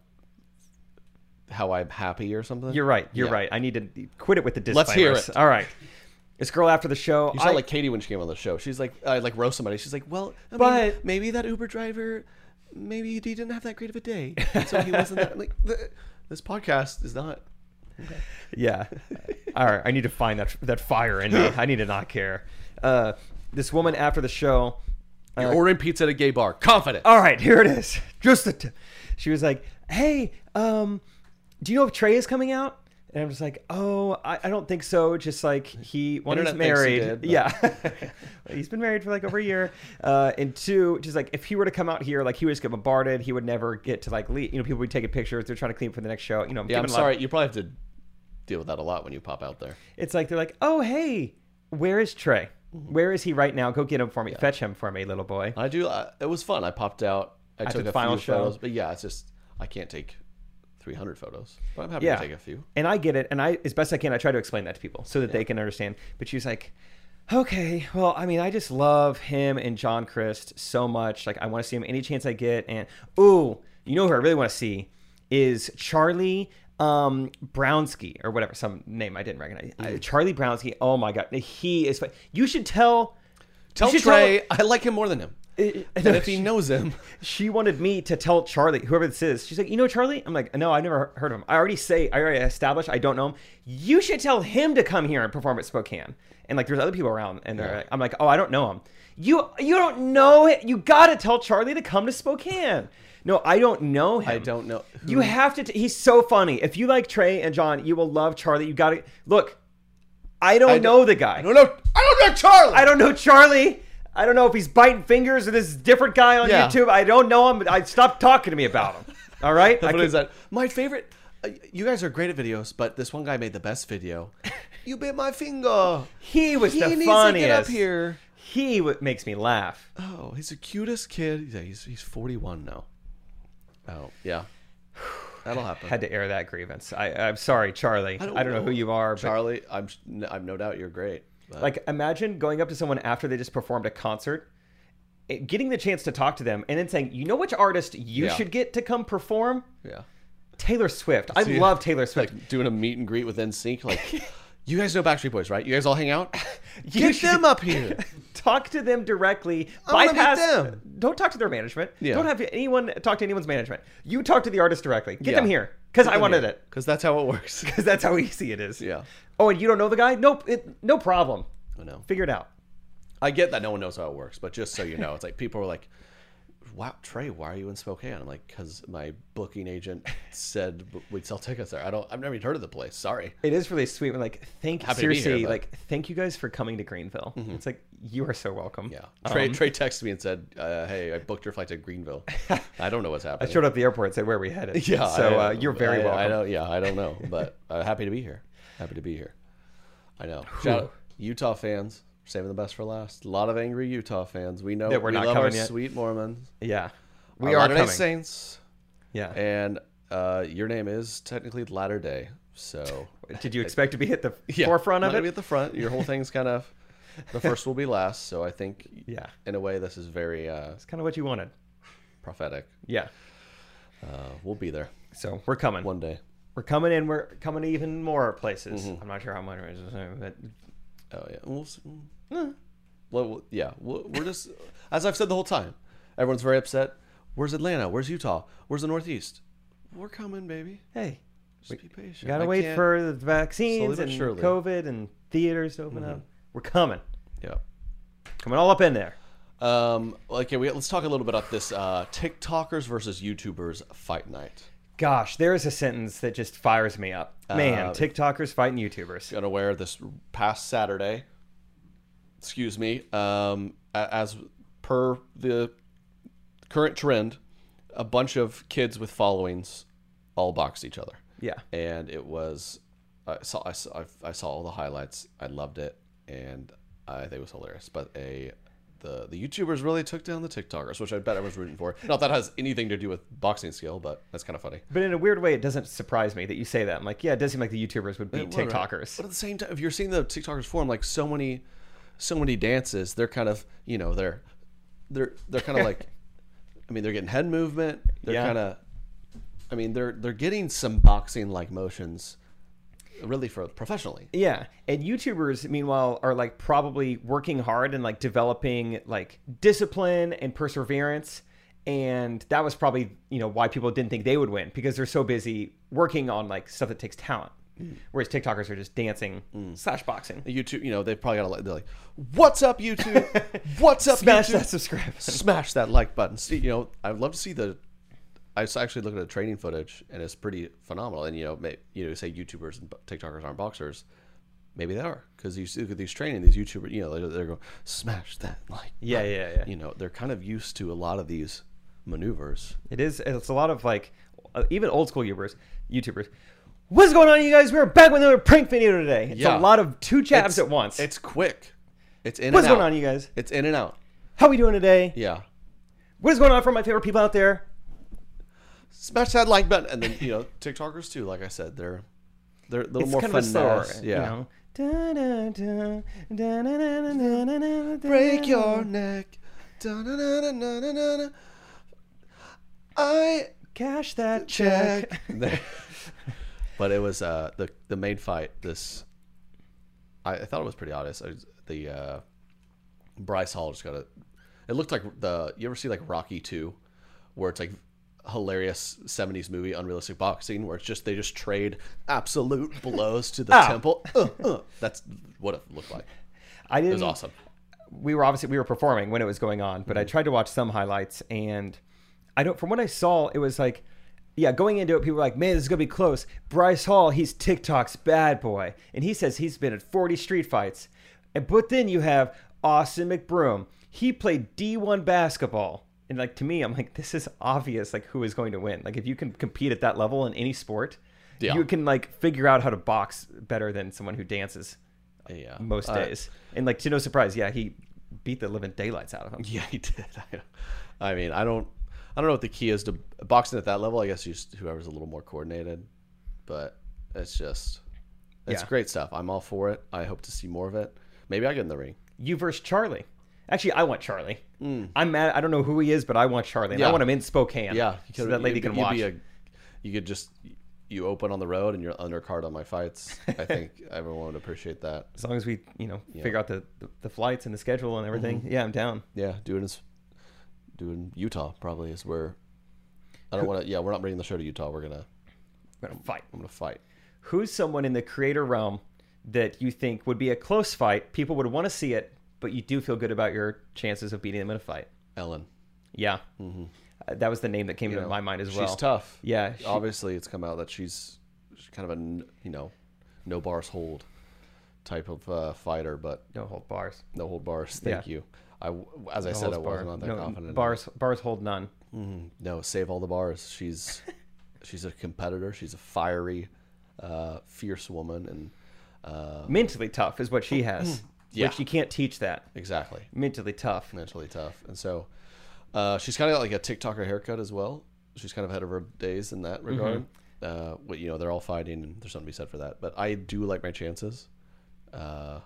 how I'm happy or something?
You're right. You're
Yeah.
right. I need to quit it with the disclaimers.
Let's hear it.
All right. This girl after the show.
You sound
I-
like Katie when she came on the show. She's like, I like roast somebody. She's like, well, I mean,
But-
maybe that Uber driver, maybe he didn't have that great of a day, and so he wasn't that, like. The, this podcast is not.
Yeah. All right. I need to find that that fire in me. I need to not care. Uh, this woman after the show.
You're ordering pizza at a gay bar. Confident.
All right. Here it is. Just the. T- she was like, "Hey, um, do you know if Trey is coming out?" And I'm just like, "Oh, I, I don't think so. Just like he one he's
Internet thinks he
married.
did, but-
yeah, he's been married for like over a year. Uh, and two, just like if he were to come out here, like he would just get bombarded. He would never get to like leave. You know, people would be taking pictures. They're trying to clean up for the next show. You know,
yeah, I'm
giving a lot of-
sorry. You probably have to deal with that a lot when you pop out there.
it's like they're like, oh hey, where is Trey?
Mm-hmm.
Where is he right now? Go get him for me. Fetch him for me, little boy.
I do. I, it was fun. I popped out. I, took
the
a
final
few
show.
photos, but yeah, it's just I can't take 300 photos. But I'm happy
Yeah,
to take a few.
And I get it, and I as best I can, I try to explain that to people so that they can understand. But she's like, okay, well, I mean, I just love him and John Christ so much. Like, I want to see him any chance I get. And ooh, you know who I really want to see is Charlie um Brownski or whatever some name I didn't recognize. Uh, Charlie Brownski. Oh my god, he is. fu- You should tell.
Tell
should
Trey I like him more than him. And if he knows him,
she wanted me to tell Charlie, whoever this is. She's like, you know Charlie? I'm like, no, I've never heard of him. I already say, I already established, I don't know him. You should tell him to come here and perform at Spokane. And like, there's other people around, and they're like, I'm like, oh, I don't know him. You, you don't know it. You gotta tell Charlie to come to Spokane. No, I don't know him.
I don't know who-
You have to. T- he's so funny. If you like Trey and John, you will love Charlie. You gotta look. I don't,
I don't-
know the guy.
I don't know. I don't know Charlie.
I don't know Charlie. I don't know if he's biting fingers or this different guy on
Yeah.
YouTube. I don't know him. I stopped talking to me about him. All right. I
What
could-
is that? My favorite. Uh, you guys are great at videos, but this one guy made the best video. you bit my finger.
He was
he
the
needs
funniest.
to get up here.
He w- makes me laugh.
Oh, he's the cutest kid. He's he's, he's 41 now. Oh yeah, that'll happen.
Had to air that grievance. I, I'm sorry, Charlie. I don't, know. who you are, but
Charlie. I'm s- n- I'm no doubt you're great. but-
like imagine going up to someone after they just performed a concert, it- getting the chance to talk to them, and then saying, "You know which artist you
Yeah.
should get to come perform?
yeah,
Taylor Swift. I love Taylor Swift.
like doing a meet and greet with NSYNC. Like, you guys know Backstreet Boys, right? You guys all hang out.
You
Get
should-
them up here.
talk to them directly.
wanna meet
bypass
them.
Don't talk to their management.
Yeah.
Don't have anyone talk to anyone's management. You talk to the artist directly. Get
Yeah.
them here because I wanted it.
because that's how it works.
Because that's how easy it is.
Yeah.
Oh, and you don't know the guy? Nope. It, no problem.
I know.
Figure it out.
I get that no one knows how it works, but just so you know, it's like people are like, "Wow, Trey, why are you in Spokane?" I'm like, "Cause my booking agent said w- we'd sell tickets there. I don't. I've never even heard of the place. Sorry."
It is really sweet. When like, thank
Happy to be here,
seriously,
but-
like, thank you guys for coming to Greenville. It's like you are so welcome.
Yeah.
Um,
Trey, Trey texted me and said, uh, "Hey, I booked your flight to Greenville. I don't know what's happening."
I showed up at the airport and said where are we headed.
Yeah.
So
I-
uh, you're very
I-
welcome.
I don't. Yeah, I don't know, but uh, happy to be here. Happy to be here. I know. Shout out Utah fans. Saving the best for last. A lot of angry Utah fans. We know
That we're
we
not
love our
coming yet.
sweet Mormons.
Yeah.
Our
We are
Latter-day
coming.
Saints.
yeah.
and uh, your name is technically Latter Day. So
Did you expect to be at the
yeah,
forefront of
not
it?
gonna be at the front. Your whole thing's kind of the first will be last. So I think,
Yeah.
in a way, this is very uh,
It's kind of what you wanted.
prophetic.
Yeah.
Uh, we'll be there
So we're coming.
one day.
we're coming in. We're coming to even more places.
Mm-hmm.
I'm not sure how much, but
Oh yeah, we'll. s- mm. Well, we'll- yeah, we'll- we're just as I've said the whole time. Everyone's very upset. Where's Atlanta? Where's Utah? Where's the Northeast? We're coming, baby.
hey,
Just be patient.
gotta
I
wait
can't-
for the vaccines
Slowly but
and
surely. Mm-hmm.
COVID and theaters to open up. We're coming,
Yeah.
coming all up in there.
Um, okay, we, let's talk a little bit about this uh, TikTokers versus YouTubers fight night.
Gosh, there is a sentence that just fires me up. Man, TikTokers fighting YouTubers.
unaware this past Saturday. Excuse me. Um, a- as per the current trend, a bunch of kids with followings all boxed each other,
Yeah,
and it was I saw I saw, I- I saw all the highlights. I loved it, and I think it was hilarious. But a the the YouTubers really took down the TikTokers, which I bet I was rooting for. Not that has anything to do with boxing skill, but that's kind of funny.
but in a weird way, it doesn't surprise me that you say that. I'm like, yeah, it does seem like the YouTubers would be
Well, right.
TikTokers.
But at the same time, if you're seeing the TikTokers form, like so many, so many dances, they're kind of you know they're they're they're kind of like, I mean they're getting head movement. They're
Yeah.
kind of, I mean they're they're getting some boxing like motions, really for professionally.
Yeah, and YouTubers meanwhile are like probably working hard and like developing like discipline and perseverance, and that was probably you know why people didn't think they would win because they're so busy working on like stuff that takes talent, whereas TikTokers are just dancing slash boxing.
YouTube, Mm. you know they probably got to like they're like, what's up YouTube? What's up
Smash
YouTube?
that subscribe.
smash that like button. See, you know, I'd love to see the. I was actually looking at training footage, and it's pretty phenomenal. And you know, may, you know, say YouTubers and TikTokers aren't boxers, maybe they are because you see, look at these training these YouTubers. You know, they're, they're going smash that like.
Yeah, yeah, yeah.
You know, they're kind of used to a lot of these maneuvers.
It is. It's a lot of like, uh, even old school YouTubers. YouTubers. What's going on, you guys? We're back with another prank video today. It's
Yeah.
a lot of two jabs at once.
It's quick. It's in.
What's
and
going
out.
on, you guys?
It's in and out.
How we doing today?
Yeah.
What is going on for my favorite people out there?
Smash that like button, and then you know, TikTokers too. Like I said, they're they're a little more
kind of a slower,
finesse.
you
Yeah.
know. Da-da-da, da-da-da-da-da-da-da-da.
break your neck. Da-na-na-na-na-na-na. I
cash that check.
check. but it was uh, the the main fight. This I, I thought it was pretty obvious. I was- the uh, Bryce Hall just got a It looked like the you ever see like Rocky Two, where it's like hilarious '70s movie unrealistic boxing where it's just they just trade absolute blows to the temple. Uh, uh. That's what it looked like.
I didn't.
It was awesome.
we were obviously we were performing when it was going on, but I tried to watch some highlights and I don't from what I saw it was like yeah, going into it people were like, "Man, this is going to be close." Bryce Hall, he's TikTok's bad boy, and he says he's been in 40 street fights. And but then you have Austin McBroom. He played D1 basketball. And like to me, I'm like this is obvious like who is going to win. Like if you can compete at that level in any sport,
Yeah.
you can like figure out how to box better than someone who dances
Yeah,
most
Uh,
days. And like to no surprise, yeah, he beat the living daylights out of him.
Yeah, he did. I, I mean, I don't, I don't know what the key is to boxing at that level. I guess you just, whoever's a little more coordinated, but it's just, it's
Yeah.
great stuff. I'm all for it. I hope to see more of it. Maybe I get in the ring.
You versus Charlie. Actually, I want Charlie. I'm mad. I don't know who he is, but I want Charlie. And I
Hmm. Yeah.
want him in Spokane.
Yeah, you
so
could-
that lady
you'd be-
can
you'd
watch.
be a- you could just, you open on the road and you're undercard on my fights. I think everyone would appreciate that.
as long as we, you know, figure out the, the, the flights and the schedule and everything.
Mm-hmm.
Yeah, I'm down.
Yeah, do it in, s- do it in Utah probably is where. I don't want to. Yeah, we're not bringing the show to Utah. We're gonna,
I'm
Mm.
gonna fight.
I'm gonna fight.
Who's someone in the creator realm that you think would be a close fight? People would want to see it, but you do feel good about your chances of beating them in a fight.
Ellen.
Yeah, Uh, that was the name that came to
know,
my mind as
Mm-hmm. she's
well.
tough.
Yeah, she-
obviously it's come out that she's, she's kind of a n- you know, no bars hold type of uh, fighter, but
No hold bars.
no hold bars. Thank
Yeah.
you. I w- as I said, I
Holds bar.
wasn't that
no,
confident. in
Bars bars hold none.
it. No, save all the bars. She's she's a competitor. She's a fiery, uh, fierce woman, and
mentally tough is what she has
Yeah.
which you can't teach that
exactly
mentally tough
mentally tough. And so, uh, she's kind of got like a TikToker haircut as well. She's kind of ahead of her days in
Mm-hmm.
that regard. Uh, but you know, they're all fighting, and there's something to be said for that. But I do like my chances.
i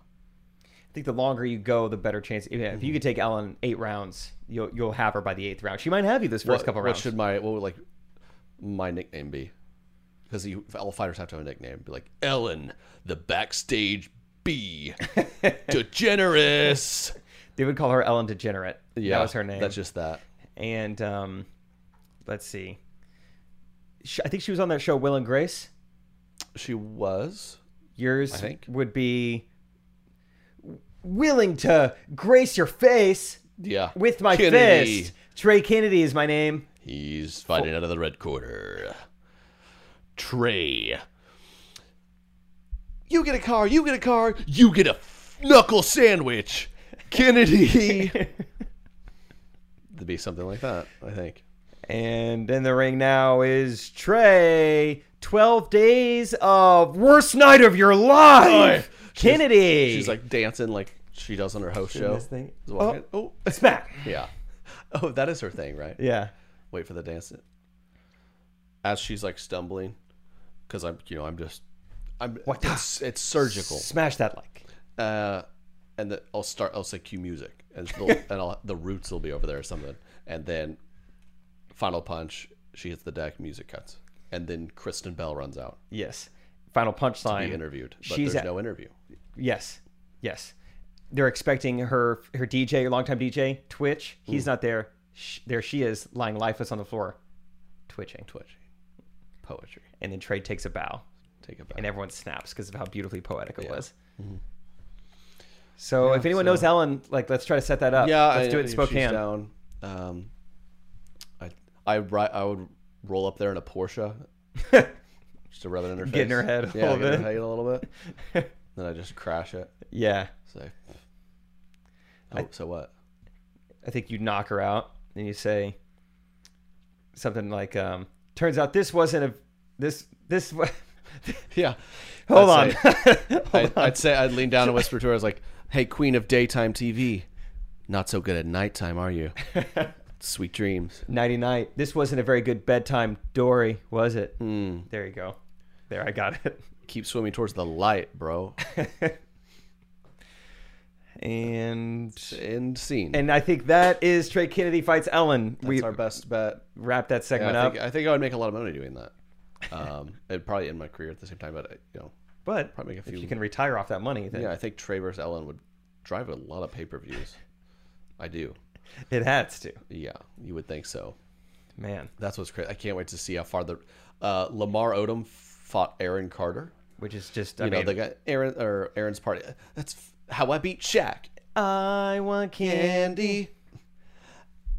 think the longer you go the better chance yeah, if
Mm-hmm.
you could take ellen eight rounds you'll you'll have her by the eighth round she might have you this first
what,
couple
what
rounds
should my what would like my nickname be? Because all fighters have to have a nickname. Be like Ellen, the backstage B, DeGeneres.
they would call her ellen degenerate that was her name
That's just that.
and um let's see Sh i think she was on that show will and grace
She was.
yours
think.
would be willing to grace your face
Yeah.
with my
Kennedy.
fist trey kennedy is my name
He's fighting out of the red quarter.
Trey.
You get a car. You get a car. You get a knuckle sandwich. Kennedy. It'd be something like that. I think.
And in the ring now is Trey. 12 days of worst night of your life. Kennedy.
She's like dancing like she does on her host show.
this thing.
Is walking- oh.
smack.
Yeah. Oh, that is her thing, right?
Yeah.
Wait for the dance. As she's like stumbling, because I'm, you know, I'm just, I'm. What? It's, it's surgical.
Smash that like.
Uh, and the, I'll start. I'll say cue music, and they'll- and I'll, the roots will be over there or something, and then final punch. She hits the deck. Music cuts, and then Kristen Bell runs out.
Yes. Final punchline.
Be interviewed, but
She's
there's
at-
no interview.
Yes. Yes. They're expecting her her DJ, her longtime DJ, Twitch. He's not there. Sh- there she is, lying lifeless on the floor, twitching.
Twitch, poetry.
And then Trey takes a bow.
Take it back.
and everyone snaps because of how beautifully poetic it was.
Mm-hmm.
So if anyone knows Ellen, like let's try to set that up.
Yeah,
Uh, let's
I-
do it in
if she's
Spokane.
down, um, I I ri- I would roll up there in a Porsche, just to rub it in her face,
Get in her head a
yeah,
little
get in
bit.
her head a little bit. then I just crash it.
Yeah,
So, oh, so what?
I think you knock her out and you say something like, um, "Turns out this wasn't a this this." wa-
Yeah,
Hold
I'd
on.
say- I'd, I'd say I'd lean down and whisper to her, "I was like, hey, queen of daytime TV, not so good at nighttime, are you? Sweet dreams."
Nighty night. This wasn't a very good bedtime Dory, was it?
Hmm.
There you go. There, I got it.
Keep swimming towards the light, bro.
And
End scene.
and I think that is Trey Kennedy fights Ellen. we
That's our best bet.
wrap that
Yeah,
segment
I,
up,
think, I think I would make a lot of money doing that. Um, it'd probably end my career at the same time, but uh, you know,
but
probably make a
if
few-
you can retire off that money, then
yeah, I think Trey versus Ellen would drive a lot of pay per views. I do.
It has to.
Yeah, you would think so.
Man,
That's what's crazy. I can't wait to see how far the uh, Lamar Odom fought Aaron Carter.
which is just, I
You know,
mean,
the guy Aaron or Aaron's party. That's f- how I beat Shaq.
I want candy.
Andy,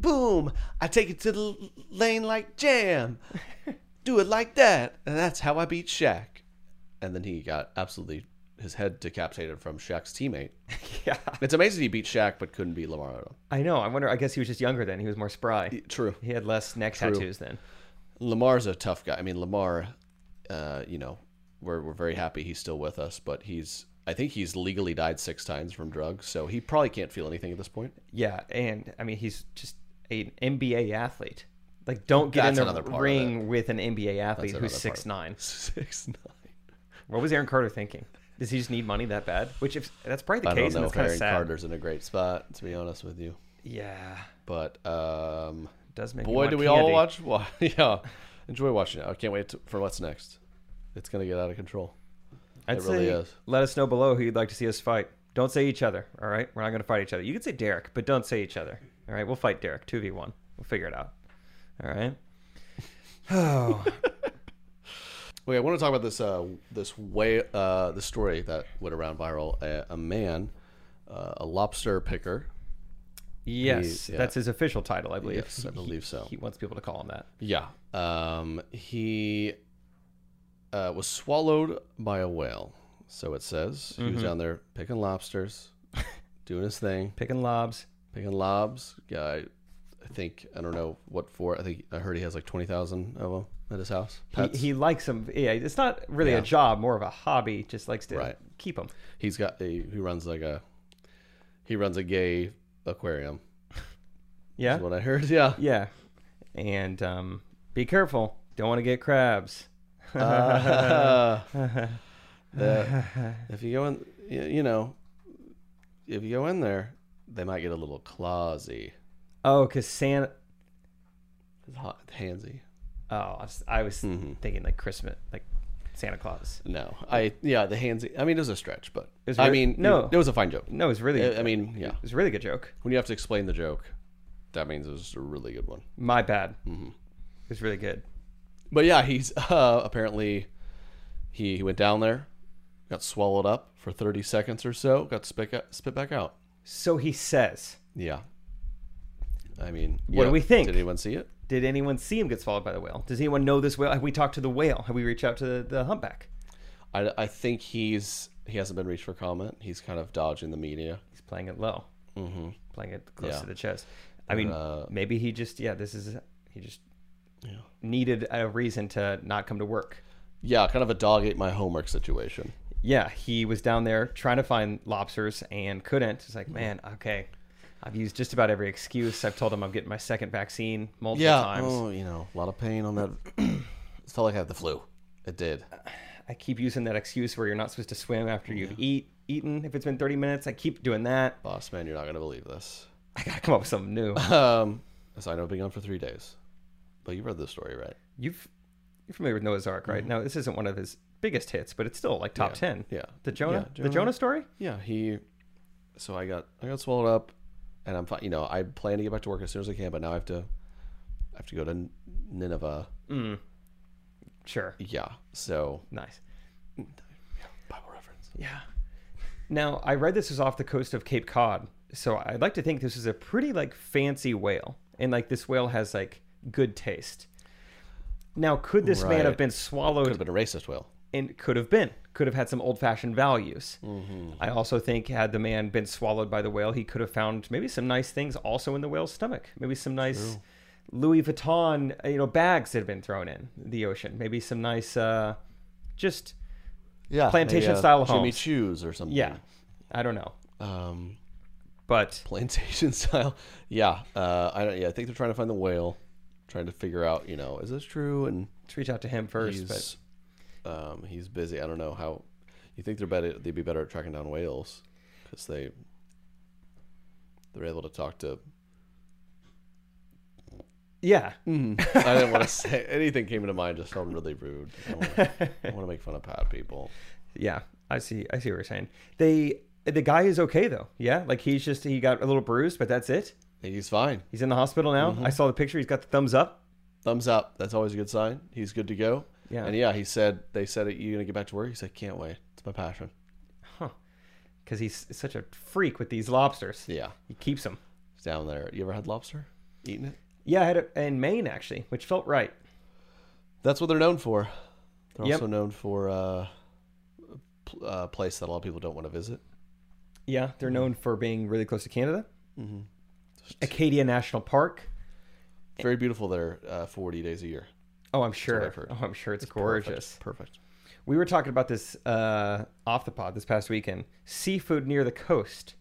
boom! I take it to the l- lane like jam. Do it like that, and that's how I beat Shaq. And then he got absolutely his head decapitated from Shaq's teammate.
Yeah.
It's amazing he beat Shaq, but couldn't beat Lamar Odom.
I know. I wonder, I guess he was just younger then. He was more spry.
True.
He had less neck tattoos then.
Lamar's a tough guy. I mean, Lamar, uh, you know, we're, we're very happy he's still with us, but he's, I think he's legally died six times from drugs, so he probably can't feel anything at this point.
Yeah, and I mean he's just an NBA athlete. Like, don't get
That's
in
another
the
part of
ring with an NBA athlete
That's
who's
another part.
six nine.
Six, nine.
What was Aaron Carter thinking? Does he just need money that bad? Which, if that's probably the
I
case,
don't know if
and that's kind
Aaron
of sad.
Carter's in a great spot, to be honest with you.
Yeah,
But, um,
does make. me
boy,
want
do we
candy.
all watch. Well, yeah. Enjoy watching it. I can't wait to, for what's next. It's going to get out of control.
I'd
It really
say
is.
Let us know below who you'd like to see us fight. Don't say each other. All right, we're not going to fight each other. You can say Derek, but don't say each other. All right, we'll fight Derek two v one. We'll figure it out. All right. Oh,
Okay, I want to talk about this uh, this way uh, the story that went around viral. A, a man, uh, a lobster picker.
yes,
He- yeah.
that's his official title, I believe.
Yes, I believe so.
He wants people to call him that.
Yeah. Um, he uh, was swallowed by a whale. So it says he
Mm-hmm.
was down there picking lobsters, doing his thing,
Picking lobs.
picking lobs. Yeah, I, I think I don't know what for. I think I heard he has like twenty thousand of them at his house.
He,
Pets.
he likes them. Yeah, it's not really
Yeah.
a job, more of a hobby. Just likes to
Right.
keep them.
He's got a he runs like a he runs a gay aquarium.
Yeah.
Is what I heard. Yeah.
Yeah. And um, be careful. Don't want to get crabs.
Uh, the- if you go in, y- you know, if you go in there, they might get a little clawsy,
Oh, because Santa.
hot, handsy.
Oh, I was, I was
Mm-hmm.
thinking like Christmas, like Santa Claus.
No, I yeah, the handsy. I mean, it was a stretch, but
was
I
very-
mean,
no.
it was a fine joke.
No, it was really.
I I mean, yeah,
it was a really good joke.
when you have to explain the joke, that means it was a really good one.
My bad. It was really good.
But yeah, he's uh, apparently he, he went down there, got swallowed up for thirty seconds or so, got spit out, spit back out.
So he says,
Yeah. I mean,
What do
yeah.
we think?
Did anyone see it?
"Did anyone see him get swallowed by the whale? Does anyone know this whale? Have we talked to the whale? Have we reached out to the, the humpback?
I, I think he's he hasn't been reached for comment. He's kind of dodging the media.
He's playing it low, mm-hmm. playing it close
Yeah.
to the chest. I mean, maybe he just yeah, this is he just needed a reason to not come to work.
Yeah, kind of a dog ate my homework situation.
yeah, he was down there trying to find lobsters and couldn't. It's like, man, okay, I've used just about every excuse. I've told him I'm getting my second vaccine multiple times.
Oh, you know, a lot of pain on that. it felt like I had the flu. It did.
I keep using that excuse where you're not supposed to swim after you've eat eaten if it's been 30 minutes. I keep doing that.
Boss man, you're not gonna believe this.
I gotta come up with something new.
Um, so I know I've been gone for three days, but you read the story, right?
You've you're familiar with Noah's Ark, right? Now this isn't one of his biggest hits, but it's still like top 10.
Mm-hmm. yeah.
the Jonah,
Yeah,
the Jonah story.
Yeah, he. So I got I got swallowed up, and I'm fine. You know, I plan to get back to work as soon as I can, but now I have to, I have to go to Nineveh.
Sure,
Yeah, so
nice.
Bible reference.
Yeah. Now, I read this was off the coast of Cape Cod, so I'd like to think this is a pretty like fancy whale, and like this whale has like good taste. Now, could this man
Right.
have been swallowed
Could have been a racist whale.
and could have been could have had some old-fashioned values? I also think had the man been swallowed by the whale, he could have found maybe some nice things also in the whale's stomach, maybe some nice Louis Vuitton you know bags that have been thrown in the ocean, maybe some nice uh, just
Yeah, uh,
plantation style
Jimmy
homes.
Choo's or something.
yeah, I don't know,
um,
but
plantation style. Yeah, uh, I don't. Yeah, I think they're trying to find the whale, trying to figure out. You know, is this true? And
to reach out to him first.
he's, um, he's busy. I don't know how. You think they're better? They'd be better at tracking down whales because they they're able to talk to.
But yeah, mm,
I didn't want to say anything came into mind. Just felt really rude. I want to make fun of pat people.
yeah, I see. I see what you're saying. They the guy is okay though. Yeah, like he's just he got a little bruised, but that's it.
He's fine.
He's in the hospital now. I saw the picture. He's got the thumbs up.
Thumbs up. That's always a good sign. He's good to go.
Yeah.
And yeah, he said they said you gonna get back to work. He said can't wait. It's my passion.
because he's such a freak with these lobsters.
Yeah.
He keeps them.
It's down there. You ever had lobster? Eating it?
Yeah, I had it in Maine actually, which felt right.
That's what they're known for. They're
Yep.
also known for uh, pl- a place that a lot of people don't want to visit.
Yeah, they're known for being really close to Canada. Mm-hmm. Acadia National Park.
Very beautiful there. Uh, Forty days a year.
Oh, I'm
what
sure.
I've heard.
Oh, I'm sure it's,
Perfect.
gorgeous.
Perfect.
We were talking about this uh, off the pod this past weekend. Seafood near the coast.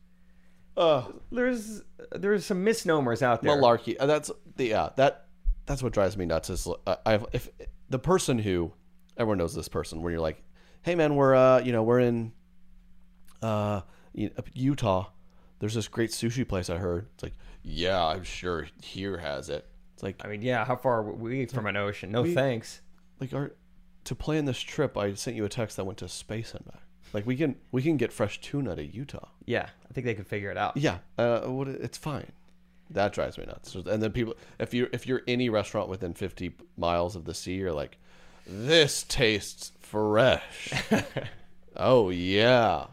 Uh,
There's there's some misnomers out there.
malarkey. Uh, That's the yeah. That that's what drives me nuts. Is uh, I if the person who everyone knows this person when you're like, hey man, we're uh you know we're in uh you- up in Utah. There's this great sushi place I heard. It's like yeah, I'm sure here has it. It's like
I mean, yeah, how far are we from an ocean? No thanks.
like our to plan this trip. I sent you a text that went to space and back. Like we can we can get fresh tuna to Utah.
Yeah, I think they could figure it out.
Yeah, uh, what, it's fine. That drives me nuts. And then people, if you if you're any restaurant within 50 miles of the sea, you're like, this tastes fresh. oh yeah.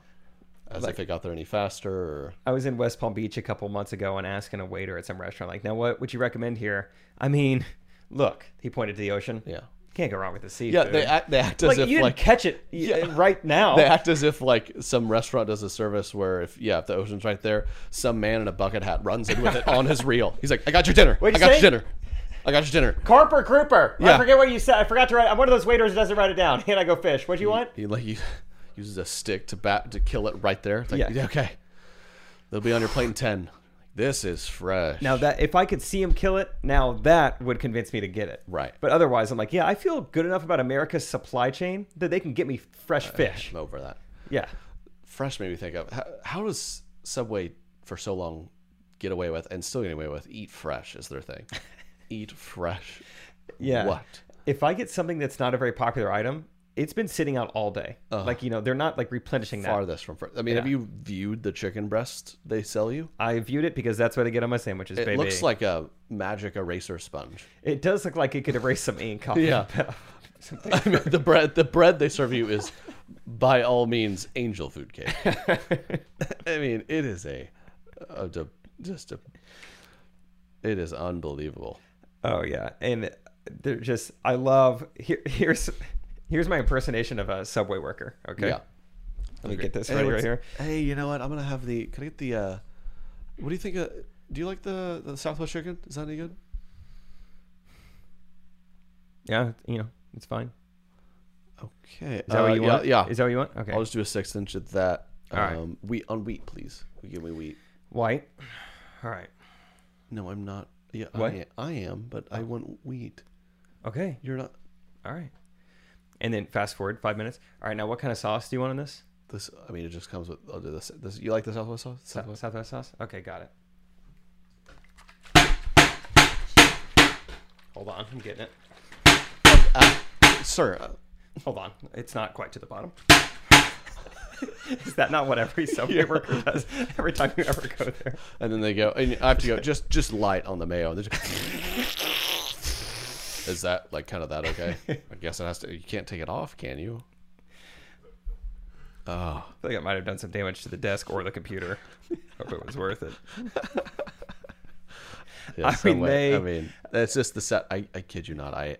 As if it got there any faster. Or,
I was in West Palm Beach a couple months ago and asking a waiter at some restaurant, like, now what would you recommend here? I mean, look, he pointed to the ocean.
yeah.
Can't go wrong with the seafood.
Yeah, they act, they act as
like,
if
you
like
didn't catch it y- uh, right now.
They act as if like some restaurant does a service where if yeah if the ocean's right there, some man in a bucket hat runs in with it on his reel. He's like, I got your dinner.
What'd
I
you
got
say?
your dinner. I got your dinner.
Carp or grouper?
Yeah.
I forget what you said. I forgot to write. I'm one of those waiters that doesn't write it down. And I go fish. What do you want?
He like he uses a stick to bat to kill it right there. It's like,
Yeah.
yeah, okay. They'll be on your plate in ten. This is fresh.
Now that if I could see him kill it, now that would convince me to get it.
Right.
But otherwise, I'm like, yeah, I feel good enough about America's supply chain that they can get me
Uh,
fresh fish.
I'm over that.
Yeah.
Fresh made me think of how, how does Subway for so long get away with and still get away with eat fresh is their thing. eat fresh.
Yeah.
What?
If I get something that's not a very popular item, it's been sitting out all day.
Uh-huh.
Like you know, they're not like replenishing that.
Farthest from fresh. I mean, have you viewed the chicken breast they sell you?
I viewed it because that's what I get on my sandwiches,
It
baby.
looks like a magic eraser sponge.
it does look like it could erase some ink off.
Yeah. I mean, the bread the bread they serve you is by all means angel food cake. I mean, it is a, a de- just a it is unbelievable.
Oh yeah, and they're just I love here, here's here's my impersonation of a subway worker. Okay,
Yeah.
let me get this ready right here.
Hey, you know what? I'm gonna have the. Can I get the? uh What do you think? Uh, do you like the the Southwest chicken? Is that any good?
Yeah, you know it's fine.
Okay.
Is that what you
Uh, yeah,
want?
Yeah.
Is that what you want? Okay.
I'll just do a six inch of that.
right.
um, Wheat on wheat, please. Give me wheat.
White. All right.
No, I'm not. Yeah,
What?
I, I am, but I want wheat.
Okay.
You're not.
All right. And then fast forward five minutes. All right. Now, what kind of sauce do you want on this?
This, I mean, it just comes with. I'll do this. This, you like the Southwest sauce?
Sou- Southwest sauce. Okay, got it. Hold on, I'm getting it.
Sir, uh,
Hold on, it's not quite to the bottom. Is that not what every subway worker does every time you ever go there?
and then they go, and I have to go just just light on the mayo. And they just, is that like kind of that okay? I guess it has to. You can't take it off, can you?
I feel like I might have done some damage to the desk or the computer. Hope it was worth it.
Yeah,
I
some
mean,
way-
they-
I mean, that's just the set. I, I kid you not. I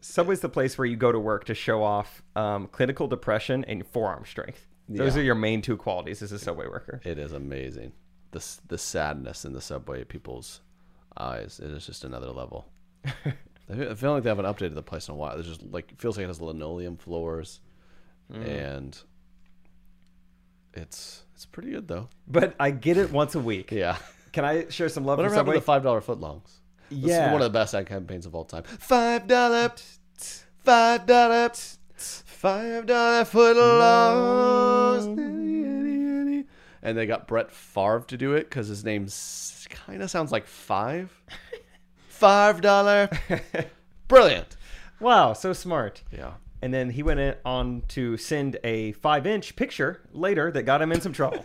Subway's the place where you go to work to show off um, clinical depression and forearm strength. Those
Yeah.
are your main two qualities as a subway worker.
it is amazing. The s- the sadness in the subway people's eyes. It is just another level. I feel- I feel like they haven't updated the place in a while. It's just like it feels like it has linoleum floors, and it's it's pretty good though.
But I get it once a week.
Yeah.
Can I share some love
Whatever
for
happened to
Subway?
five dollar footlongs? This is
Yeah.
one of the best ad campaigns of all time. Five dollar, five dollar, five dollar footlongs. And they got Brett Favre to do it because his name kind of sounds like five. Five dollar, brilliant.
wow, so smart.
Yeah,
And then he went in- on to send a five inch picture later that got him in some trouble.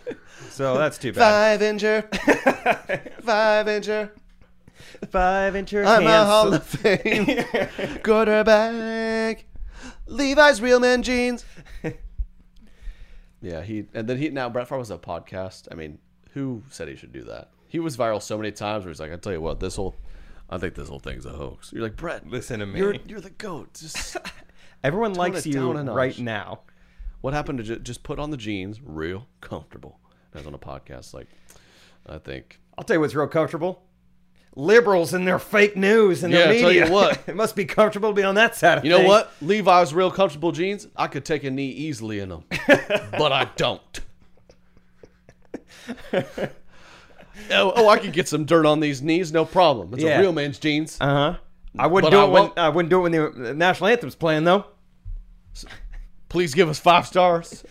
so that's too bad.
Five incher. Five incher.
Five incher
I'm a Hall
cancel.
of Fame quarterback. Levi's real men jeans. yeah, he and then he now Brett Favre was a podcast. I mean, who said he should do that? He was viral so many times where he's like, I tell you what, this whole I think this whole thing's a hoax. You're like, Brett,
Listen to me.
You're you're the goat. Just
Everyone
it
likes you
down a notch.
right now.
what happened to just, just put on the jeans real comfortable. I was on a podcast like I think
I'll tell you what's real comfortable. Liberals and their fake news and their
Yeah, I
media.
tell you what.
it must be comfortable to be on that side of
You know
things.
what? Levi's real comfortable jeans. I could take a knee easily in them, but I don't. oh, oh, I could get some dirt on these knees, no problem. It's
Yeah.
a real man's jeans.
Uh huh. I wouldn't
But
do
I
it when
won't-
I wouldn't do it when the uh, national anthem's playing though.
Please give us five stars.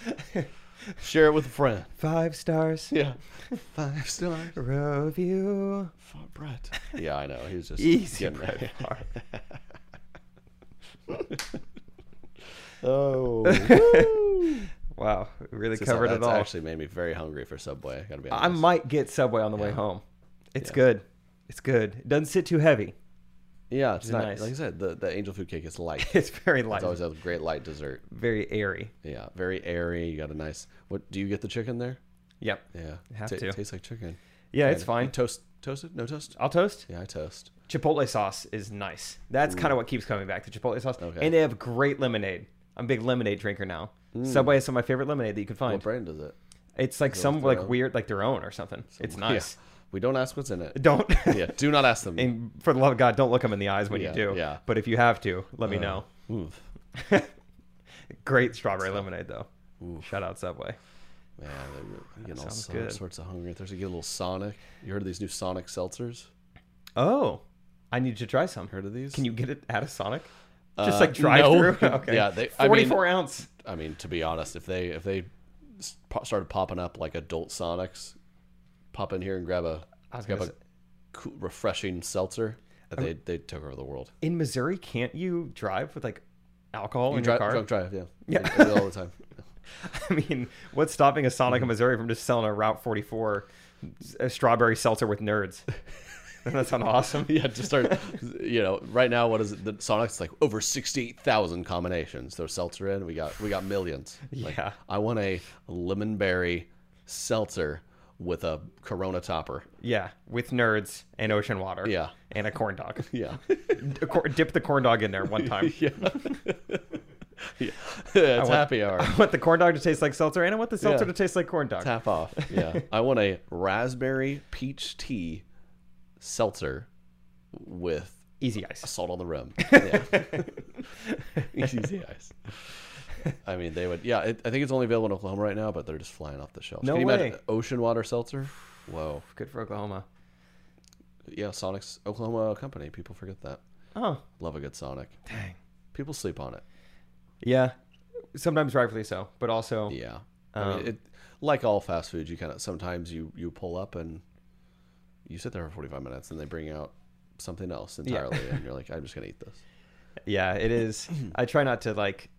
Share it with a friend.
Five stars.
Yeah, five stars.
Review.
Fuck, Brett. Yeah, I know. He was just
Easy,
getting ready.
Wow, we really
That's-
covered it
that's
all.
Actually, made me very hungry for Subway. Gotta be honest.
I might get Subway on the way home. It's good. It's good. It doesn't sit too heavy.
yeah, it's not,
nice.
Like I said, the, the angel food cake is light. it's
It's very light,
always a great light dessert.
very airy.
Yeah, very airy. You got a nice. What do you get the chicken there?
Yep.
Yeah,
Have
Ta-
to.
tastes like chicken.
Yeah, it's
And
fine.
Toast, toasted? No toast?
I'll toast.
Yeah, I toast.
Chipotle sauce is nice. That's kind of what keeps coming back. The chipotle sauce,
Okay.
and they have great lemonade. I'm a big lemonade drinker now.
Mm.
Subway is some of my favorite lemonade that you can find.
What brand is it?
It's like some
their
like
own?
weird, like their own or something. It's
Yeah.
nice.
We don't ask what's in it.
Don't.
yeah, do not ask them.
and for the love of God, don't look them in the eyes when
Yeah,
you do.
yeah. Uh.
But if you have to, let me know.
Oof.
Great strawberry lemonade though. Shout out Subway.
Man, I'm getting all
sounds
so-
good.
sorts of hungry. There's a get a little Sonic. You heard of these new Sonic seltzers?
Oh, I need to try some.
Heard of these?
Can you get it at a Sonic? Just
Uh,
like drive through.
no.
okay.
Yeah, they- I mean-
forty-four ounce.
I mean, to be honest, if they if they s- po- started popping up like adult Sonics, pop in here and grab a
I was
grab
gonna
a cool, refreshing seltzer. They they took over the world.
In Missouri, can't you drive with like alcohol
You
in
drive,
your car?
drunk drive, yeah, yeah, I do it all the time.
I mean, what's stopping a
Mm-hmm.
Sonic in Missouri from just selling a Route forty-four s- a strawberry seltzer with nerds? Doesn't that sound awesome?
Yeah, to start, you know, right now, what is it? The Sonic's like over sixty-eight thousand combinations. Throw seltzer in, we got we got millions. Like,
Yeah.
I want a lemon berry seltzer with a Corona topper.
Yeah, with nerds and ocean water.
Yeah.
and a corn dog.
Yeah,
D- cor- dip the corn dog in there one time.
yeah, yeah. it's
want-
happy hour.
I want the corn dog to taste like seltzer, and I want the seltzer
Yeah.
to taste like corn dog.
Tap off. Yeah, I want a raspberry peach tea seltzer with
Easy ice.
salt on the rim. Yeah. Easy ice. I mean, they would. Yeah, it, I think it's only available in Oklahoma right now, but they're just flying off the shelves.
No
Can you
way.
imagine ocean water seltzer? Whoa.
Good for Oklahoma.
Yeah, Sonic's Oklahoma company. People forget that.
Oh,
Love a good Sonic.
dang.
People sleep on it.
Yeah. Sometimes rightfully so, but also
Yeah. I
Um,
mean, it, like all fast foods, you kind of sometimes you you pull up and you sit there for forty five minutes, and they bring out something else entirely, and you're like, I'm just gonna eat this.
yeah, it is. I try not to like,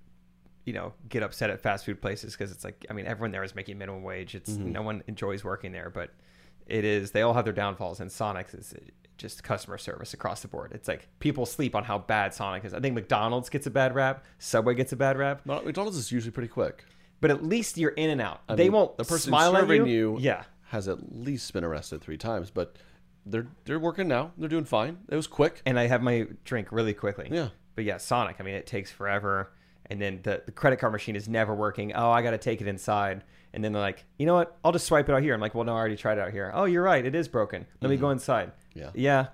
you know, get upset at fast food places because it's like, I mean, everyone there is making minimum wage. It's
Mm-hmm.
no one enjoys working there, but it is. They all have their downfalls, and Sonic's is uh, just customer service across the board. It's like people sleep on how bad Sonic is. I think McDonald's gets a bad rap, Subway gets a bad rap,
Mc- McDonald's is usually pretty quick.
but at least you're in and out.
I
they
mean,
won't
The person
smile
serving
at you. Yeah,
has at least been arrested three times, but they're they're working now. They're doing fine. It was quick.
and I have my drink really quickly.
Yeah.
But yeah, Sonic. I mean, it takes forever, and then the, the credit card machine is never working. Oh, I got to take it inside, and then they're like, you know what? I'll just swipe it out here. I'm like, well, no, I already tried it out here. Oh, you're right. It is broken. Let me go inside.
Mm-hmm. Yeah.
Yeah.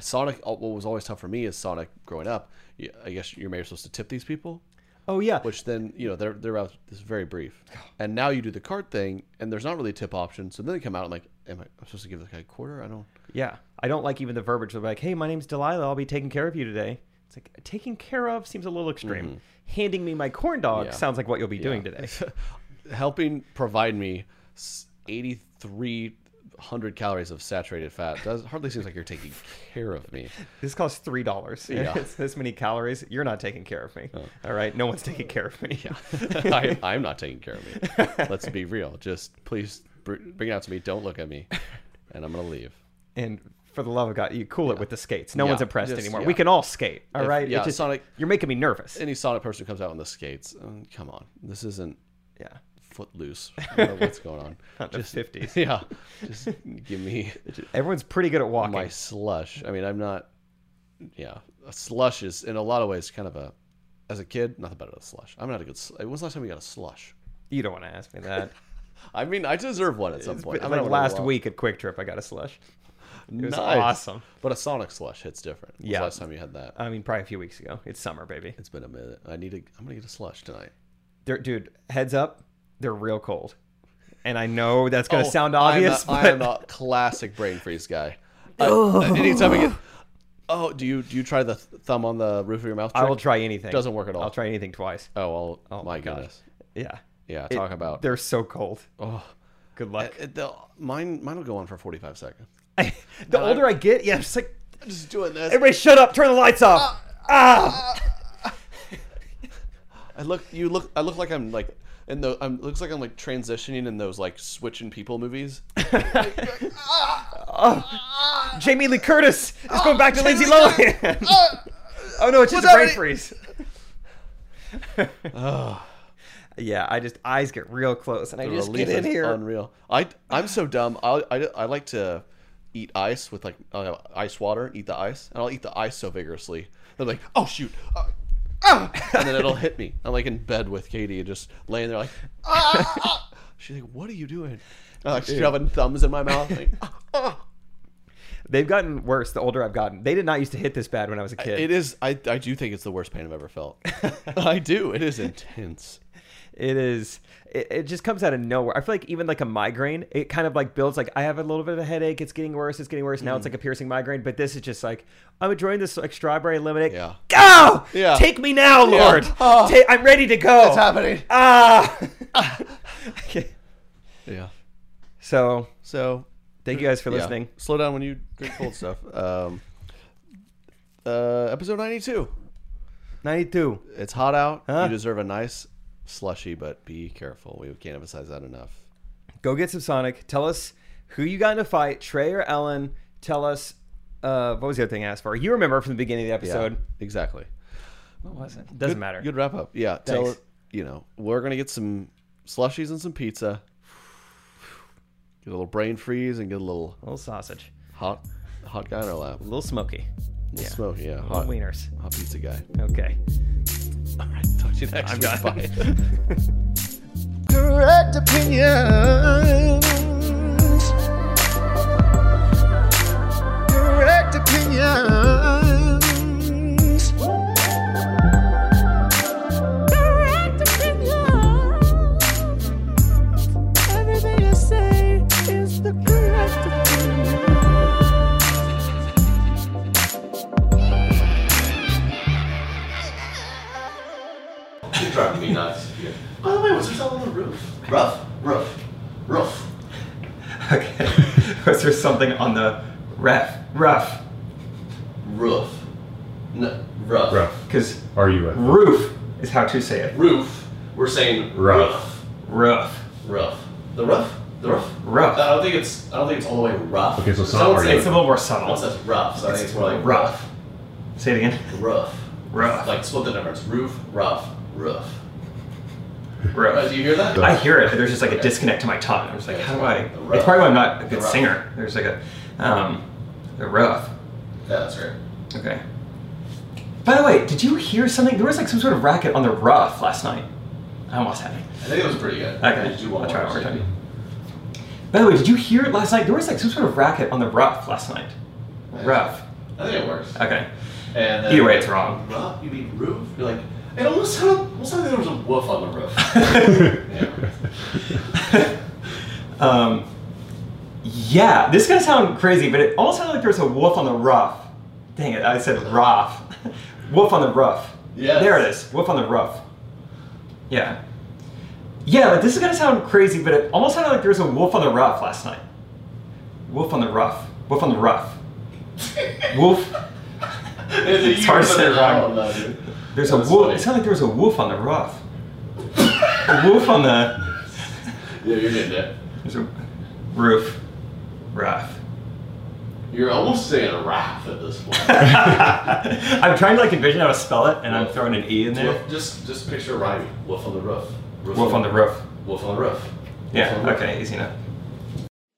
Sonic. uh, What was always tough for me is Sonic growing up. y- I guess you're maybe supposed to tip these people,
Oh yeah.
which then you know their their route is very brief. And now you do the card thing, and there's not really a tip option. So then they come out and like, am I I'm supposed to give this guy a quarter? I don't.
yeah. I don't like even the verbiage. They're like, hey, my name's Delilah. I'll be taking care of you today. It's like taking care of seems a little extreme. Handing me my corn dog
Mm-hmm. Yeah.
sounds like what you'll be doing today.
helping provide me s- 83 100 calories of saturated fat. Does hardly seems like you're taking care of me.
This costs three dollars.
Yeah. Oh.
It's this many calories. You're not taking care of me. All right. No one's taking care of me.
I, I'm not taking care of me. Let's be real. Just please br- bring it out to me. Don't look at me. And I'm going to leave.
And for the love of God, you cool it with the skates. No
Yeah,
one's impressed
just-
anymore.
yeah.
We can all skate. All
If-
right.
yeah,
It's just-
Sonic-
You're making me nervous.
Any solid person who comes out on the skates, um, come on. This isn't
yeah.
footloose. I don't know what's going on.
Not the 50s.
Yeah. Just give me
Everyone's pretty good at walking.
my slush. I mean, I'm not. Yeah, a slush is in a lot of ways kind of a. As a kid, nothing better than a slush. I'm not a good. Sl- When's the last time you got a slush?
You don't want to ask me that.
I mean, I deserve one at some point.
But
I'm
like
not gonna
last
lie.
week at Quick Trip, I got a slush. It was
Nice.
awesome.
But a Sonic slush hits different. When's
Yeah.
the last time you had that?
I mean, probably a few weeks ago. It's summer, baby.
It's been a minute. I need to. I'm gonna get a slush tonight.
They're, dude, heads up, they're real cold. And I know that's going to
Oh,
sound obvious,
I'm a, I am
but
a classic brain freeze guy. Uh, anytime I get. Oh, do you do you try the th- thumb on the roof of your mouth?
I will
trick?
try anything.
Doesn't work at all.
I'll try anything twice.
Oh well. my
gosh.
goodness.
Yeah.
Yeah.
It-
Talk about.
They're so cold. Oh, good luck.
It- they'll- mine mine will go on for 45 seconds.
the older I get, yeah, I'm just like,
I'm just doing this.
everybody shut up, turn the lights
Uh,
off.
I look you look I look like I'm like in the I'm looks like I'm like transitioning in those like switching people movies.
Jamie Lee Curtis is going back to Lindsay Lohan. oh no, it's just a brain
already-
freeze. Yeah, I just eyes get real close, and I just
Relief
get in
is
here.
Unreal. I I'm so dumb. I I, I like to eat ice with like I'll have ice water, eat the ice, and I'll eat the ice so vigorously. They're like, "Oh shoot." Uh, ah!" and then it'll hit me. I'm like in bed with Katie and just laying there like ah, ah. She's like, "What are you doing?" I'm like shoving thumbs in my mouth. Like, "Ah."
They've gotten worse the older I've gotten. They did not used to hit this bad when I was a kid.
It is. I, I do think it's the worst pain I've ever felt. I do. It is intense.
it is. It, it just comes out of nowhere. I feel like even like a migraine, it kind of like builds. Like I have a little bit of a headache. It's getting worse. It's getting worse. Now it's like a piercing migraine. But this is just like I'm enjoying this like strawberry lemonade.
Yeah.
Go.
Yeah.
Take me now, Lord.
Oh.
Ta- I'm ready to go.
It's happening.
Ah.
Yeah.
so
So
thank you guys for
yeah.
listening.
Slow down when you drink cold stuff. Um, uh, episode ninety-two.
92.
It's hot out.
Huh?
You deserve a nice slushy, but be careful. We can't emphasize that enough.
Go get some Sonic. Tell us who you got in a fight, Trey or Ellen. Tell us uh, what was the other thing I asked for? You remember from the beginning of the
Yeah,
episode.
exactly.
What was it? Doesn't
Good-
matter.
Good wrap up. Yeah. Tell
Thanks.
you know we're gonna get some slushies and some pizza. Get a little brain freeze and get a little
little sausage.
hot, hot guy in our lap.
little smoky.
Yeah. Smoke, yeah.
Little
Hot,
wieners.
hot pizza guy.
Okay.
All right. Talk to you next
I'm
week.
done.
Bye.
correct opinions. Correct opinions. Correct opinions. Everything I say is the correct opinion.
You're driving me nuts. By the way, what's this all on the roof? Roof? Roof. Roof.
Okay. Was there something on the ref? Rough.
Roof. No, roof.
Rough.
Because
Are you at?
roof is how to say it.
Roof. We're saying
Rough.
Rough.
Roof. The roof? The roof?
Rough.
I don't think it's I don't think it's all the way rough.
Okay, so it's not
someone
already-
says,
It's a little more
someone
subtle.
says rough, so I think it's more like
Rough. Say it again.
Roof.
Rough.
Like split the difference. Roof, rough, roof. Uh,
Rough.
do you hear that?
I hear it, but there's just like a disconnect to my tongue. I'm just like,
Yeah,
how
it's
do I?
fine. The rough.
It's probably why I'm not a
The
good
rough.
singer. There's like a, um, the rough.
Yeah, that's right.
Okay. By the way, did you hear something? There was like some sort of racket on the rough last night. I almost had it.
I think it was pretty good.
Okay,
Just do one
I'll try
more.
one more time. By the way, did you hear it last night? There was like some sort of racket on the rough last night. Rough.
I think it works.
Okay.
And then
Either way, it's wrong.
Rough? You mean roof? You're like, it almost sounded, almost sounded like there was a woof on the roof. yeah.
Um, yeah, this is gonna sound crazy, but it almost sounded like there was a wolf on the rough. Dang it, I said rough. wolf on the rough.
Yes.
There it is. Wolf on the rough. Yeah. Yeah, like, this is gonna sound crazy, but it almost sounded like there was a wolf on the rough last night. Wolf on the Rough. Wolf on the Rough. wolf.
It's,
hard to say wrong.
Uh, dude.
There's
That
a
was
wolf.
funny.
It sounded like there was a wolf on the rough. a wolf on the.
Yeah, you're getting it.
There's a roof. Rough.
You're almost saying a raft at this point.
I'm trying to like envision how to spell it, and I'm
Wolf.
throwing an e in there.
Wolf- just, just picture rhyming. Wolf on the roof. Roof
Wolf on the roof.
Wolf on the roof. Wolf
Yeah.
on the roof.
Okay. Easy enough.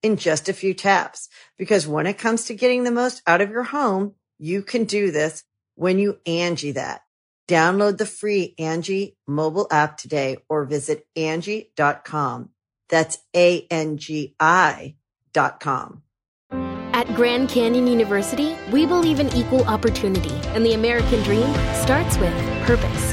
in just a few taps. Because when it comes to getting the most out of your home, you can do this when you Angie that. Download the free Angie mobile app today or visit Angie.com. That's A-N-G-I dot com.
At Grand Canyon University, we believe in equal opportunity, and the American dream starts with purpose.